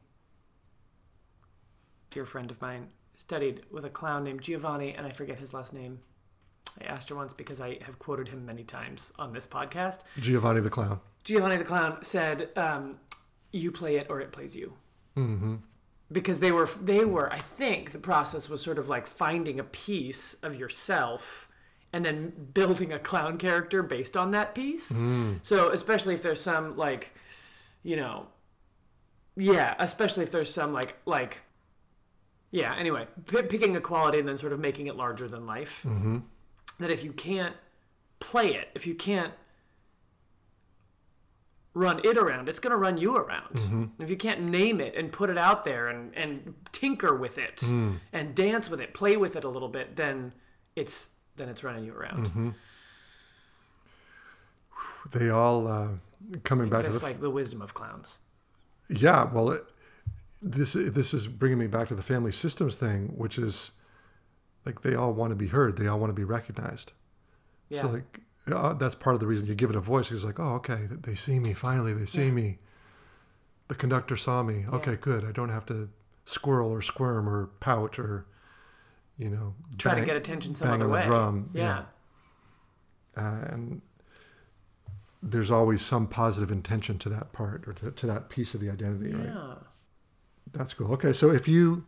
S1: dear friend of mine, studied with a clown named Giovanni, and I forget his last name. I asked her once because I have quoted him many times on this podcast.
S2: Giovanni the clown.
S1: Giovanni the clown said, um, "You play it, or it plays you." Mm-hmm. Because they were, they were. I think the process was sort of like finding a piece of yourself and then building a clown character based on that piece. So, especially if there's some like, you know, yeah, especially if there's some like like. Yeah. Anyway, p- picking a quality and then sort of making it larger than life. Mm-hmm. That if you can't play it, if you can't run it around. It's going to run you around.
S2: Mm-hmm.
S1: If you can't name it and put it out there and, and tinker with it
S2: Mm.
S1: and dance with it, play with it a little bit, then it's then it's running you around.
S2: Mm-hmm. They all uh, coming back to
S1: That's
S2: the
S1: like the wisdom of clowns.
S2: Yeah, well, it, this this is bringing me back to the family systems thing, which is like they all want to be heard, they all want to be recognized.
S1: Yeah.
S2: So like uh, that's part of the reason you give it a voice. It's like, oh, okay, th- they see me finally. They see me. The conductor saw me. Okay, good. I don't have to squirrel or squirm or pout or you know
S1: Try to
S2: bang-
S1: get attention some
S2: bang
S1: other
S2: on the
S1: way.
S2: drum,
S1: Yeah.
S2: yeah. uh, and there's always some positive intention to that part or to, to that piece of the identity, right?
S1: Yeah.
S2: That's cool. Okay, so if you,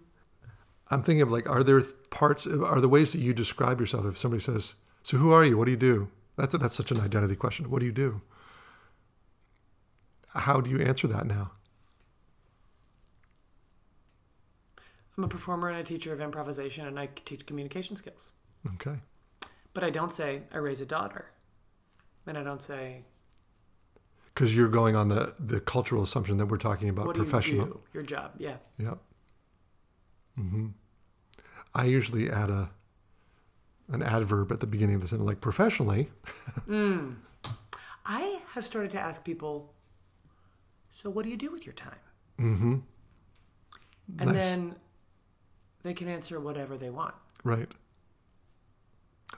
S2: I'm thinking of like, are there parts, are the ways that you describe yourself? If somebody says, "So who are you? What do you do?" That's that's such an identity question. What do you do? How do you answer that now?
S1: I'm a performer and a teacher of improvisation and I teach communication skills.
S2: Okay,
S1: But I don't say I raise a daughter. And I don't say
S2: because you're going on the the cultural assumption that we're talking about
S1: what do
S2: professional.
S1: you do? Your job. Yeah.
S2: Yep. hmm I usually add a an adverb at the beginning of the sentence, like professionally.
S1: I have started to ask people, so what do you do with your time?
S2: hmm
S1: And
S2: Nice.
S1: then they can answer whatever they want.
S2: Right.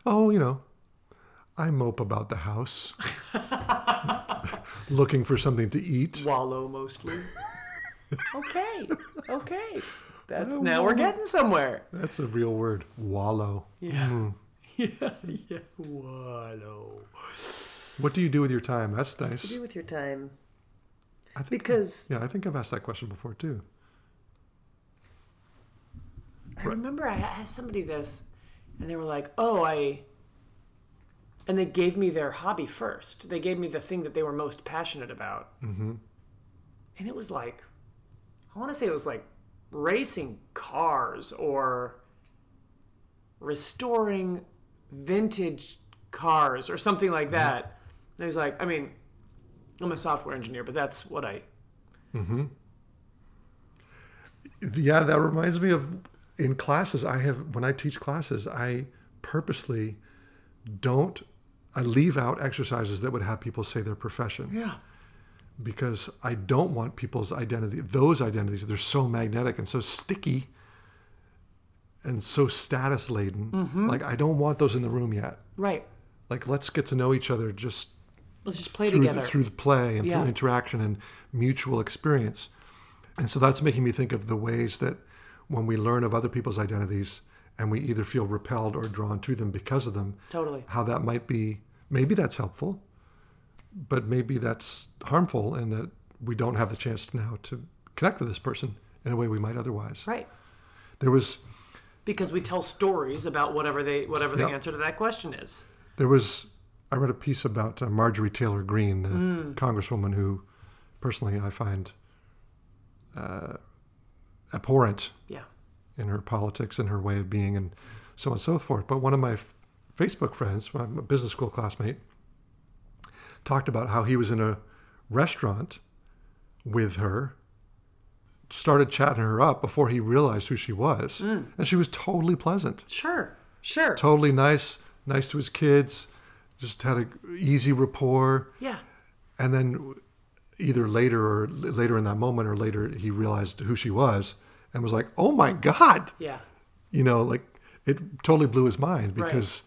S2: Oh, you know, I mope about the house, looking for something to eat.
S1: Wallow mostly. okay. Okay. That's, now we're getting somewhere.
S2: That's a real word. Wallow.
S1: Yeah. Yeah. Yeah. Wallow.
S2: What do you do with your time? That's
S1: What do
S2: nice.
S1: you do with your time?
S2: I think.
S1: Because
S2: Yeah, I think I've asked that question before too.
S1: I remember I asked somebody this, and they were like, "Oh, I." And they gave me their hobby first. They gave me the thing that they were most passionate about. Mm-hmm. And it was like, I want to say it was like racing cars or restoring vintage cars or something like
S2: Mm-hmm.
S1: that. And it was like, I mean, I'm a software engineer, but that's what I
S2: Yeah, that reminds me of in classes. I have when I teach classes, I purposely don't. I leave out exercises that would have people say their profession.
S1: yeah
S2: because I don't want people's identity, those identities, they're so magnetic and so sticky and so status laden.
S1: Mm-hmm.
S2: Like, I don't want those in the room yet.
S1: right.
S2: Like, let's get to know each other just
S1: Let's just play
S2: through the,
S1: together.
S2: through the play and
S1: Yeah.
S2: through interaction and mutual experience. And so that's making me think of the ways that when we learn of other people's identities and we either feel repelled or drawn to them because of them,
S1: Totally.
S2: how that might be maybe that's helpful but maybe that's harmful and that we don't have the chance now to connect with this person in a way we might otherwise
S1: Right.
S2: there was
S1: because we tell stories about whatever they whatever the
S2: Yeah.
S1: answer to that question is.
S2: there was i read a piece about uh, marjorie taylor greene the congresswoman who personally i find uh, abhorrent
S1: Yeah.
S2: in her politics and her way of being and so on and so forth. But one of my f- Facebook friends, my my business school classmate, talked about how he was in a restaurant with her, started chatting her up before he realized who she was. And she was totally pleasant,
S1: Sure. Sure.
S2: totally nice, nice to his kids, just had a easy rapport
S1: yeah.
S2: and then either later or l- later in that moment or later he realized who she was and was like oh my god
S1: Yeah.
S2: you know like it totally blew his mind because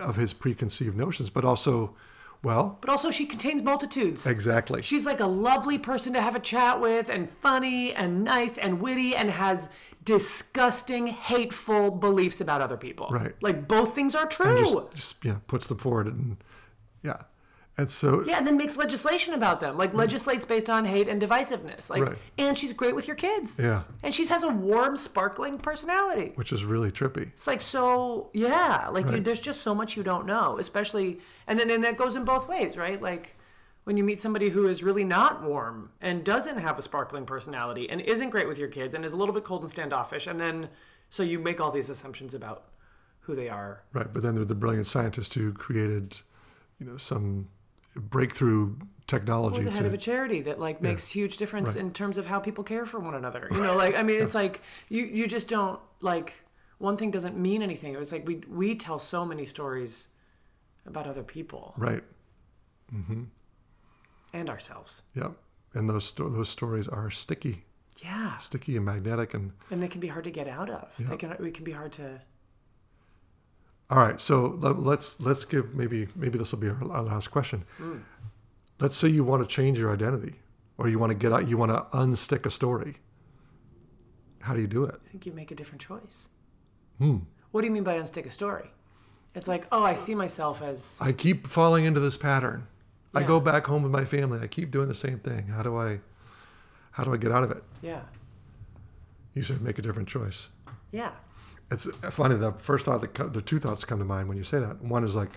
S2: of his preconceived notions but also well
S1: But also she contains multitudes.
S2: exactly
S1: She's like a lovely person to have a chat with and funny and nice and witty and has disgusting hateful beliefs about other people.
S2: Right.
S1: Like both things are true.
S2: just, just yeah puts them forward and yeah and so
S1: yeah, and then makes legislation about them. Like legislates based on hate and divisiveness. Like
S2: Mm. Right.
S1: and she's great with your kids.
S2: yeah
S1: And she has a warm, sparkling personality.
S2: which is really trippy
S1: It's like so, yeah. Like you,
S2: Right.
S1: there's just so much you don't know, especially, and then and that goes in both ways, right? Like when you meet somebody who is really not warm and doesn't have a sparkling personality and isn't great with your kids and is a little bit cold and standoffish, and then so you make all these assumptions about who they are.
S2: Right, but then there were the brilliant scientists who created, you know, some breakthrough technology
S1: We're the head
S2: to
S1: of a charity that like makes huge difference in terms of how people care for one another. You know, like I mean, it's like you you just don't like one thing doesn't mean anything. It's like we we tell so many stories about other people
S2: right.
S1: and ourselves.
S2: Yep. And those sto- those stories are sticky,
S1: Yeah,
S2: sticky and magnetic. And
S1: and they can be hard to get out of. They can we can be hard to.
S2: all right, so let, let's let's give maybe maybe this will be our, our last question. Let's say you want to change your identity, or you want to get out, you want to unstick a story. How do you do it?
S1: I think you make a different choice. What do you mean by unstick a story? It's like oh, I see myself as
S2: I keep falling into this pattern. I
S1: Yeah.
S2: go back home with my family. I keep doing the same thing. How do I, how do I get out of it?
S1: yeah
S2: You said make a different choice.
S1: yeah
S2: It's funny. The first thought that co- the two thoughts come to mind when you say that. One is like,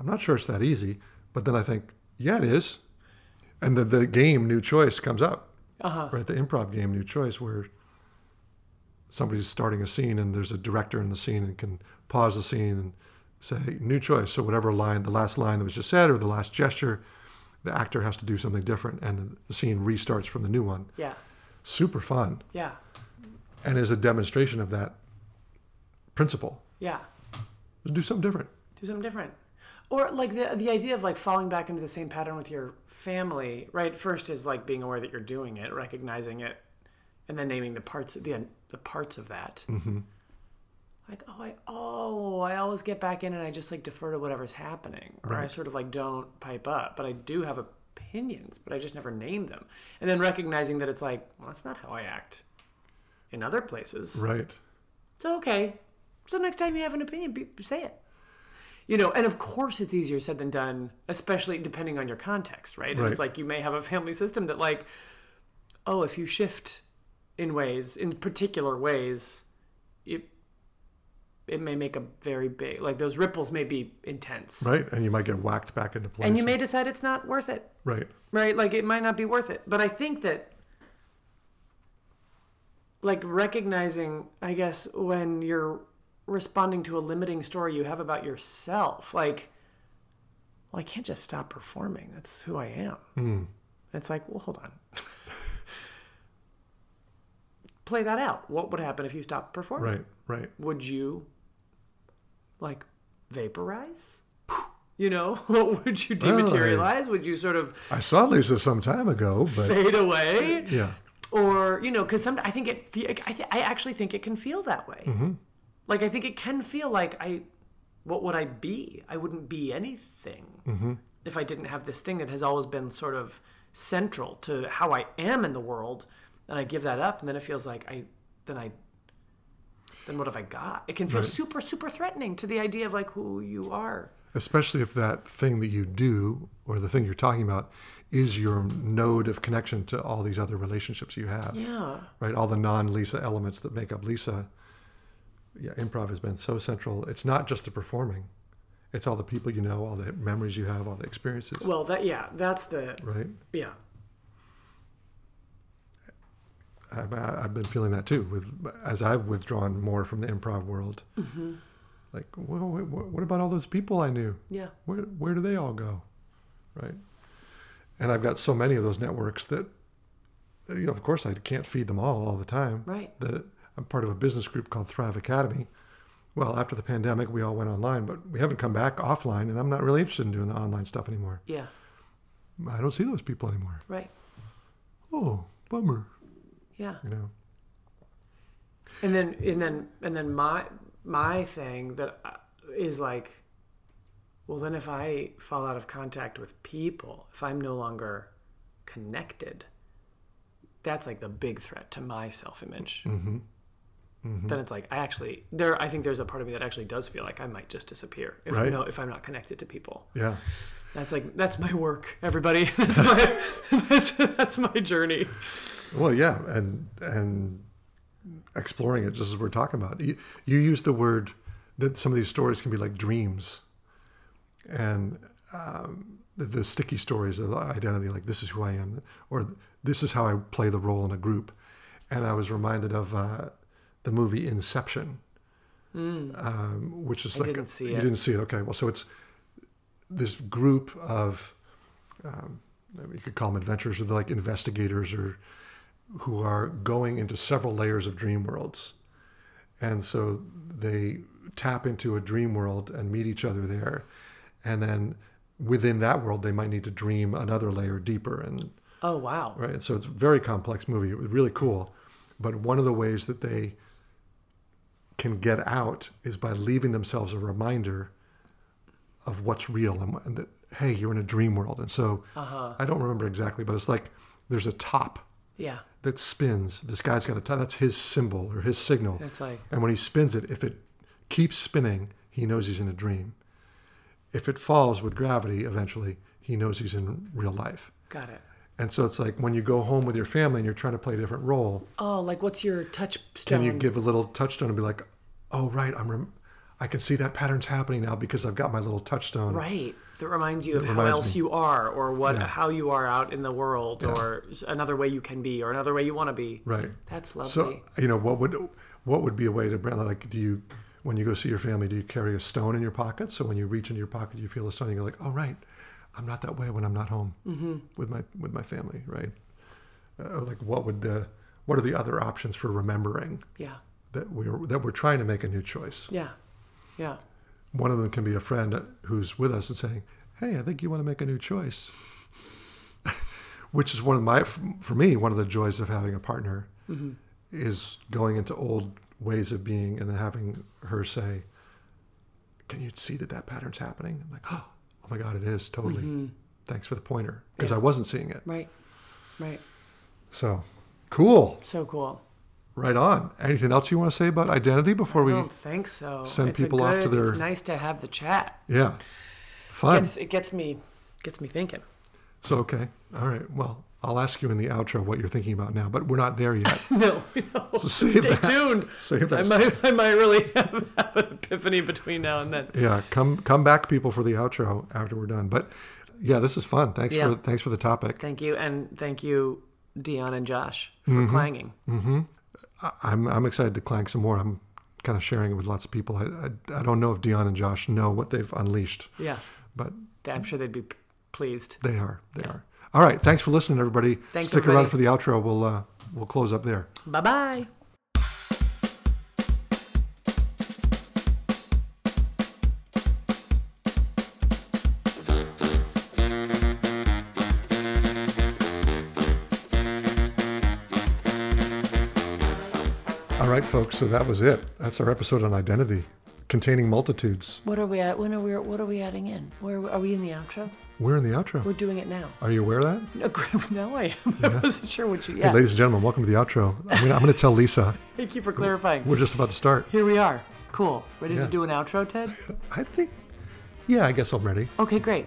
S2: I'm not sure it's that easy, but then I think, yeah, it is. And the the game new choice comes up,
S1: uh-huh
S2: right? The improv game new choice where somebody's starting a scene and there's a director in the scene and can pause the scene and say new choice. So whatever line, the last line that was just said or the last gesture, the actor has to do something different, and the scene restarts from the new one.
S1: yeah
S2: Super fun
S1: yeah
S2: and is a demonstration of that principle.
S1: yeah.
S2: do something different.
S1: do something different or like the the idea of like falling back into the same pattern with your family right first is like being aware that you're doing it recognizing it and then naming the parts the the parts of that mm-hmm. like oh i oh i always get back in and i just like defer to whatever's happening or i
S2: Right.
S1: sort of like don't pipe up but i do have opinions but i just never name them and then recognizing that it's like well that's not how i act in other places
S2: Right.
S1: so okay. So next time you have an opinion, be, say it. You know, and of course it's easier said than done, especially depending on your context, right? And
S2: Right.
S1: it's like you may have a family system that like, oh, if you shift in ways, in particular ways, it it may make a very big like those ripples may be intense.
S2: Right. And you might get whacked back into place.
S1: And you may decide it's not worth it
S2: right.
S1: right? Like it might not be worth it. But I think that like recognizing, I guess, when you're responding to a limiting story you have about yourself, like, well, I can't just stop performing. That's who I am. It's like, well, hold on. Play that out. What would happen if you stopped performing?
S2: Right. Right.
S1: Would you like vaporize? You know, would you dematerialize? Would you sort of
S2: I saw Lisa some time ago, but
S1: fade away
S2: yeah.
S1: or you know because some i think it fe- I, th- I actually think it can feel that way like i think it can feel like i what would i be i wouldn't be anything if i didn't have this thing that has always been sort of central to how i am in the world and i give that up and then it feels like i then i then what have i got it can feel super super threatening to the idea of like who you are
S2: Especially if that thing that you do or the thing you're talking about is your node of connection to all these other relationships you have.
S1: yeah
S2: Right. All the non Lisa elements that make up Lisa. Yeah. Improv has been so central. It's not just the performing, it's all the people you know, all the memories you have, all the experiences.
S1: well that yeah that's the
S2: right.
S1: yeah
S2: I've, I've been feeling that too with as I've withdrawn more from the improv world.
S1: Mm-hmm.
S2: Like, well, wh- wh- what about all those people I knew?
S1: yeah
S2: Where where do they all go? Right. And I've got so many of those networks that, you know, of course, I can't feed them all all the time.
S1: right
S2: The I'm part of a business group called Thrive Academy. Well, after the pandemic, we all went online, but we haven't come back offline, and I'm not really interested in doing the online stuff anymore.
S1: yeah
S2: I don't see those people anymore.
S1: right
S2: Oh, bummer.
S1: yeah
S2: You know.
S1: and then and then and then my my thing that I- is like well then if i fall out of contact with people if i'm no longer connected that's like the big threat to my self-image
S2: Mm-hmm.
S1: then it's like i actually there i think there's a part of me that actually does feel like i might just disappear if
S2: Right.
S1: no if i'm not connected to people
S2: Yeah.
S1: that's like that's my work everybody that's my that's, that's my journey
S2: Well, yeah, and and exploring it just as we're talking about. You, you use the word that some of these stories can be like dreams, and um, the, the sticky stories of identity, like this is who I am, or this is how I play the role in a group. And I was reminded of uh, the movie Inception,
S1: Mm.
S2: um, which is like
S1: didn't see
S2: you
S1: it.
S2: didn't see it. Okay, well, so it's this group of um, you could call them adventurers or they're like investigators or who are going into several layers of dream worlds. And so they tap into a dream world and meet each other there. And then within that world, they might need to dream another layer deeper. And
S1: Oh wow.
S2: right. And so it's a very complex movie. It was really cool. But one of the ways that they can get out is by leaving themselves a reminder of what's real and, and that, hey, you're in a dream world. And so
S1: Uh-huh.
S2: I don't remember exactly, but it's like there's a top
S1: Yeah.
S2: that spins. This guy's got a top. That's his symbol or his signal.
S1: It's like
S2: And when he spins it, if it keeps spinning, he knows he's in a dream. If it falls with gravity eventually, he knows he's in real life.
S1: got it.
S2: And so it's like when you go home with your family and you're trying to play a different role,
S1: Oh, like what's your touchstone?
S2: can you give a little touchstone and be like, "Oh right, I'm rem- I can see that pattern's happening now because I've got my little touchstone."
S1: right. That reminds you of how
S2: reminds
S1: else
S2: me.
S1: you are or what how you are out in the world or s- another way you can be or another way you want to be.
S2: Right.
S1: That's lovely.
S2: So you know what would what would be a way to bring like do you when you go see your family do you carry a stone in your pocket so when you reach into your pocket you feel a stone and you're like oh right I'm not that way when I'm not home with my with my family right uh, like what would the what are the other options for remembering
S1: yeah.
S2: that we're that we're trying to make a new choice
S1: Yeah. Yeah.
S2: one of them can be a friend who's with us and saying, "Hey, I think you want to make a new choice," which is one of my for me one of the joys of having a partner
S1: Mm-hmm.
S2: is going into old ways of being and then having her say, "Can you see that that pattern's happening?" I'm like, "Oh, oh my god, it is totally."
S1: Mm-hmm.
S2: Thanks for the pointer because I wasn't seeing it.
S1: Right. Right.
S2: So, cool.
S1: So cool.
S2: Right on. Anything else you want to say about identity before
S1: I
S2: we?
S1: don't think so.
S2: send
S1: It's a
S2: people off to
S1: good-
S2: their-
S1: It's nice to have the chat.
S2: Yeah. Fun.
S1: It's, it gets me gets me thinking.
S2: So okay, all right. Well, I'll ask you in the outro what you're thinking about now, but we're not there yet.
S1: No, no.
S2: So save
S1: Stay
S2: that.
S1: tuned.
S2: Save
S1: I
S2: that.
S1: might, I might really have, have an epiphany between now and then.
S2: Yeah, come come back, people, for the outro after we're done. But yeah, this is fun. Thanks
S1: Yeah.
S2: for thanks for the topic.
S1: Thank you, and thank you, Dion and Josh, for
S2: Mm-hmm.
S1: clanging.
S2: I- I'm I'm excited to clank some more. I'm kind of sharing it with lots of people. I I, I don't know if Dion and Josh know what they've unleashed,
S1: Yeah,
S2: but
S1: I'm sure they'd be p- pleased.
S2: they are they are. All right. Thanks for listening, everybody.
S1: Thanks,
S2: Stick around
S1: everybody.
S2: for the outro. We'll uh, we'll close up there.
S1: Bye bye.
S2: All right, folks. So that was it. That's our episode on identity, containing multitudes.
S1: What are we at? When are we? What are we adding in? Where are we in the outro?
S2: We're in the outro.
S1: We're doing it now.
S2: Are you aware of that?
S1: No, now I am. I wasn't sure what you.
S2: Hey,
S1: Yeah.
S2: ladies and gentlemen, welcome to the outro. I'm going to I'm gonna tell Lisa
S1: Thank you for clarifying.
S2: we're just about to start.
S1: Here we are. Cool. Ready
S2: Yeah.
S1: to do an outro, Ted?
S2: I think, yeah, I guess I'm ready.
S1: Okay, great.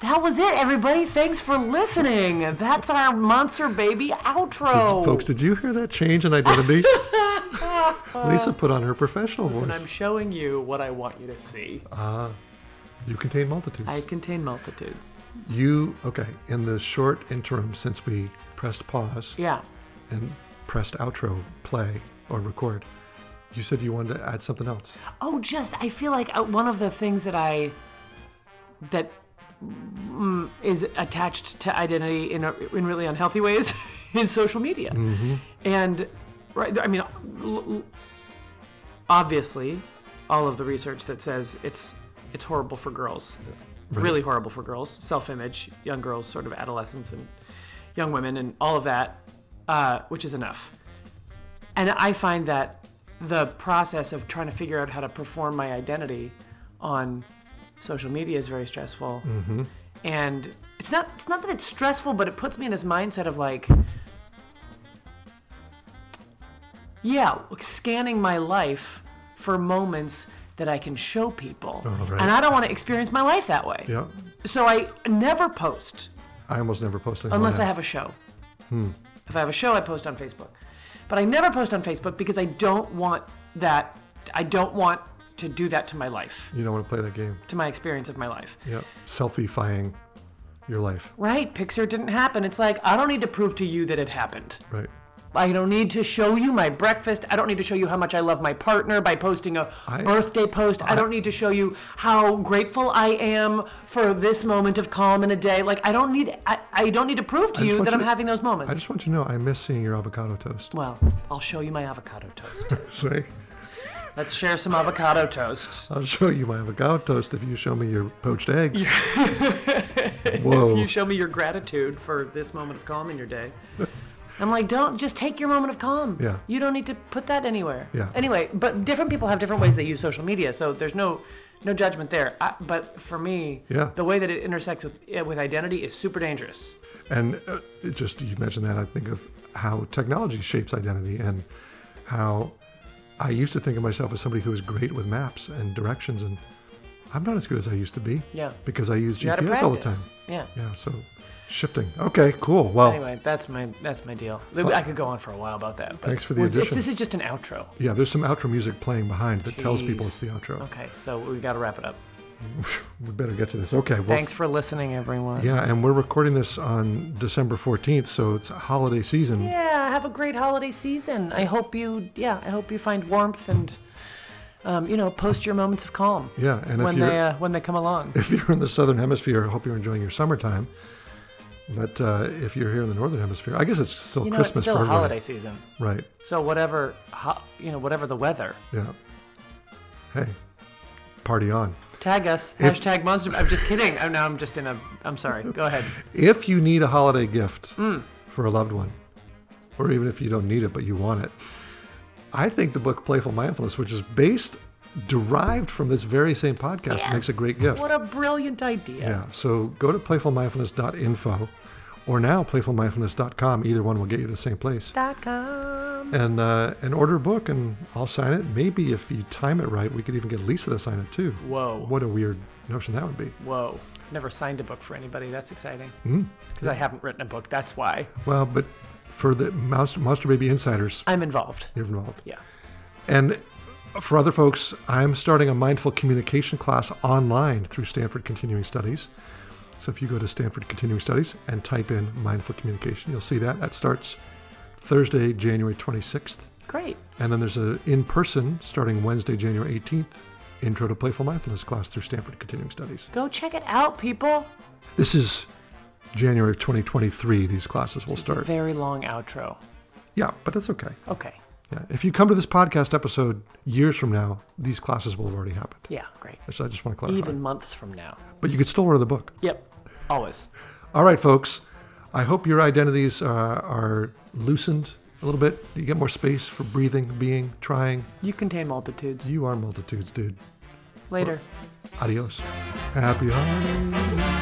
S1: That was it, everybody. Thanks for listening. That's our monster baby outro.
S2: Folks, did you hear that change in identity? Lisa put on her professional
S1: and
S2: voice.
S1: I'm showing you what I want you to see.
S2: you contain multitudes.
S1: I contain multitudes.
S2: You, okay, in the short interim since we pressed pause
S1: Yeah.
S2: and pressed outro, play, or record, you said you wanted to add something else.
S1: Oh, just I feel like uh, one of the things that I that mm, is attached to identity in a, in really unhealthy ways is social media, and right. I mean, l- l- obviously, all of the research that says it's it's horrible for girls, really horrible for girls, self-image, young girls, sort of adolescence and young women, and all of that, uh, which is enough. And I find that the process of trying to figure out how to perform my identity on social media is very stressful. And it's not it's not that it's stressful, but it puts me in this mindset of like yeah, scanning my life for moments that I can show people.
S2: right.
S1: And I don't want to experience my life that way.
S2: Yeah,
S1: So I never post
S2: I almost never post anything.
S1: unless I have a show. If I have a show, I post on Facebook. But I never post on Facebook because I don't want that. I don't want to do that to my life,
S2: You don't want to play that game.
S1: to my experience of my life.
S2: Yeah, selfie-fying your life.
S1: Right? Pixar didn't happen. It's like I don't need to prove to you that it happened.
S2: Right.
S1: I don't need to show you my breakfast. I don't need to show you how much I love my partner by posting a
S2: I-
S1: birthday post. I, don't need to show you how grateful I am for this moment of calm in a day. Like I don't need I, I don't need to prove to
S2: just
S1: you
S2: want
S1: that
S2: you
S1: I'm
S2: to-
S1: having those moments.
S2: I just want you to know I miss seeing your avocado toast.
S1: Well, I'll show you my avocado toast.
S2: Say,
S1: Let's share some avocado toast.
S2: I'll show you my avocado toast if you show me your poached eggs. Whoa.
S1: If you show me your gratitude for this moment of calm in your day. I'm like, don't just take your moment of calm.
S2: Yeah.
S1: You don't need to put that anywhere.
S2: Yeah.
S1: Anyway, but different people have different ways they use social media, so there's no no judgment there. I, but for me,
S2: Yeah.
S1: the way that it intersects with eh, with identity is super dangerous.
S2: And uh, it just you mentioned that I think of how technology shapes identity and how I used to think of myself as somebody who was great with maps and directions, and I'm not as good as I used to be
S1: Yeah.
S2: because I use
S1: You gotta
S2: GPS all the time.
S1: practice.
S2: Oh.
S1: Yeah.
S2: Yeah, so shifting. Okay, cool. Well,
S1: Anyway, that's my that's my deal. I could go on for a while about that. but
S2: Thanks for the
S1: we're- this-
S2: addition.
S1: This is just an outro.
S2: yeah, there's some outro music playing behind that tells people
S1: Jeez.
S2: it's the outro.
S1: Okay, so we got to wrap it up.
S2: We better get to this. Okay, well,
S1: Thanks for listening, everyone.
S2: yeah, and we're recording this on December 14th, so it's holiday season.
S1: Yeah, have a great holiday season. I hope you, yeah, I hope you find warmth and, um, you know, post your moments of calm
S2: Yeah, and if
S1: when
S2: you're
S1: they uh, when they come along.
S2: if you're in the southern hemisphere, I hope you're enjoying your summertime. But uh, if you're here in the northern hemisphere, I guess it's still
S1: You know,
S2: Christmas
S1: it's still
S2: for everyone.
S1: holiday season,
S2: Right.
S1: so whatever, ho- you know, whatever the weather,
S2: Yeah. Hey, party on.
S1: tag us
S2: If-
S1: hashtag monster. I'm just kidding. I'm now I'm just in a. I'm sorry. Go ahead.
S2: If you need a holiday gift
S1: Hmm.
S2: for a loved one, or even if you don't need it but you want it, I think the book Playful Mindfulness, which is based derived from this very same podcast, makes a great gift.
S1: What a brilliant idea.
S2: Yeah. So go to playfulmindfulness.info or now playfulmindfulness.com. Either one will get you to the same place.
S1: Dot com.
S2: and uh, and order a book, and I'll sign it. Maybe if you time it right, we could even get Lisa to sign it too.
S1: Whoa.
S2: What a weird notion that would be. Hmm.
S1: Whoa. Never signed a book for anybody. That's exciting. Because I haven't written a book. That's why
S2: Well, but for the Mouse, Monster Baby Insiders,
S1: I'm involved.
S2: you're involved.
S1: Yeah.
S2: And for other folks, I'm starting a mindful communication class online through Stanford Continuing Studies. So if you go to Stanford Continuing Studies and type in mindful communication, you'll see that. That starts Thursday, January 26th.
S1: Great.
S2: And then there's a in-person starting Wednesday, January 18th, Intro to Playful Mindfulness class through Stanford Continuing Studies.
S1: Go check it out, people.
S2: This is January of 2023. These classes will
S1: It's a
S2: start.
S1: very long outro.
S2: Yeah, but that's okay.
S1: Okay.
S2: Yeah, if you come to this podcast episode years from now, these classes will have already happened.
S1: Yeah, great.
S2: So I just want to clarify.
S1: Even months from now.
S2: But you could still order the book.
S1: Yep. Always.
S2: All right, folks. I hope your identities uh, are loosened a little bit. You get more space for breathing, being, trying.
S1: You contain multitudes.
S2: You are multitudes, dude.
S1: Later.
S2: Adios. Happy holidays.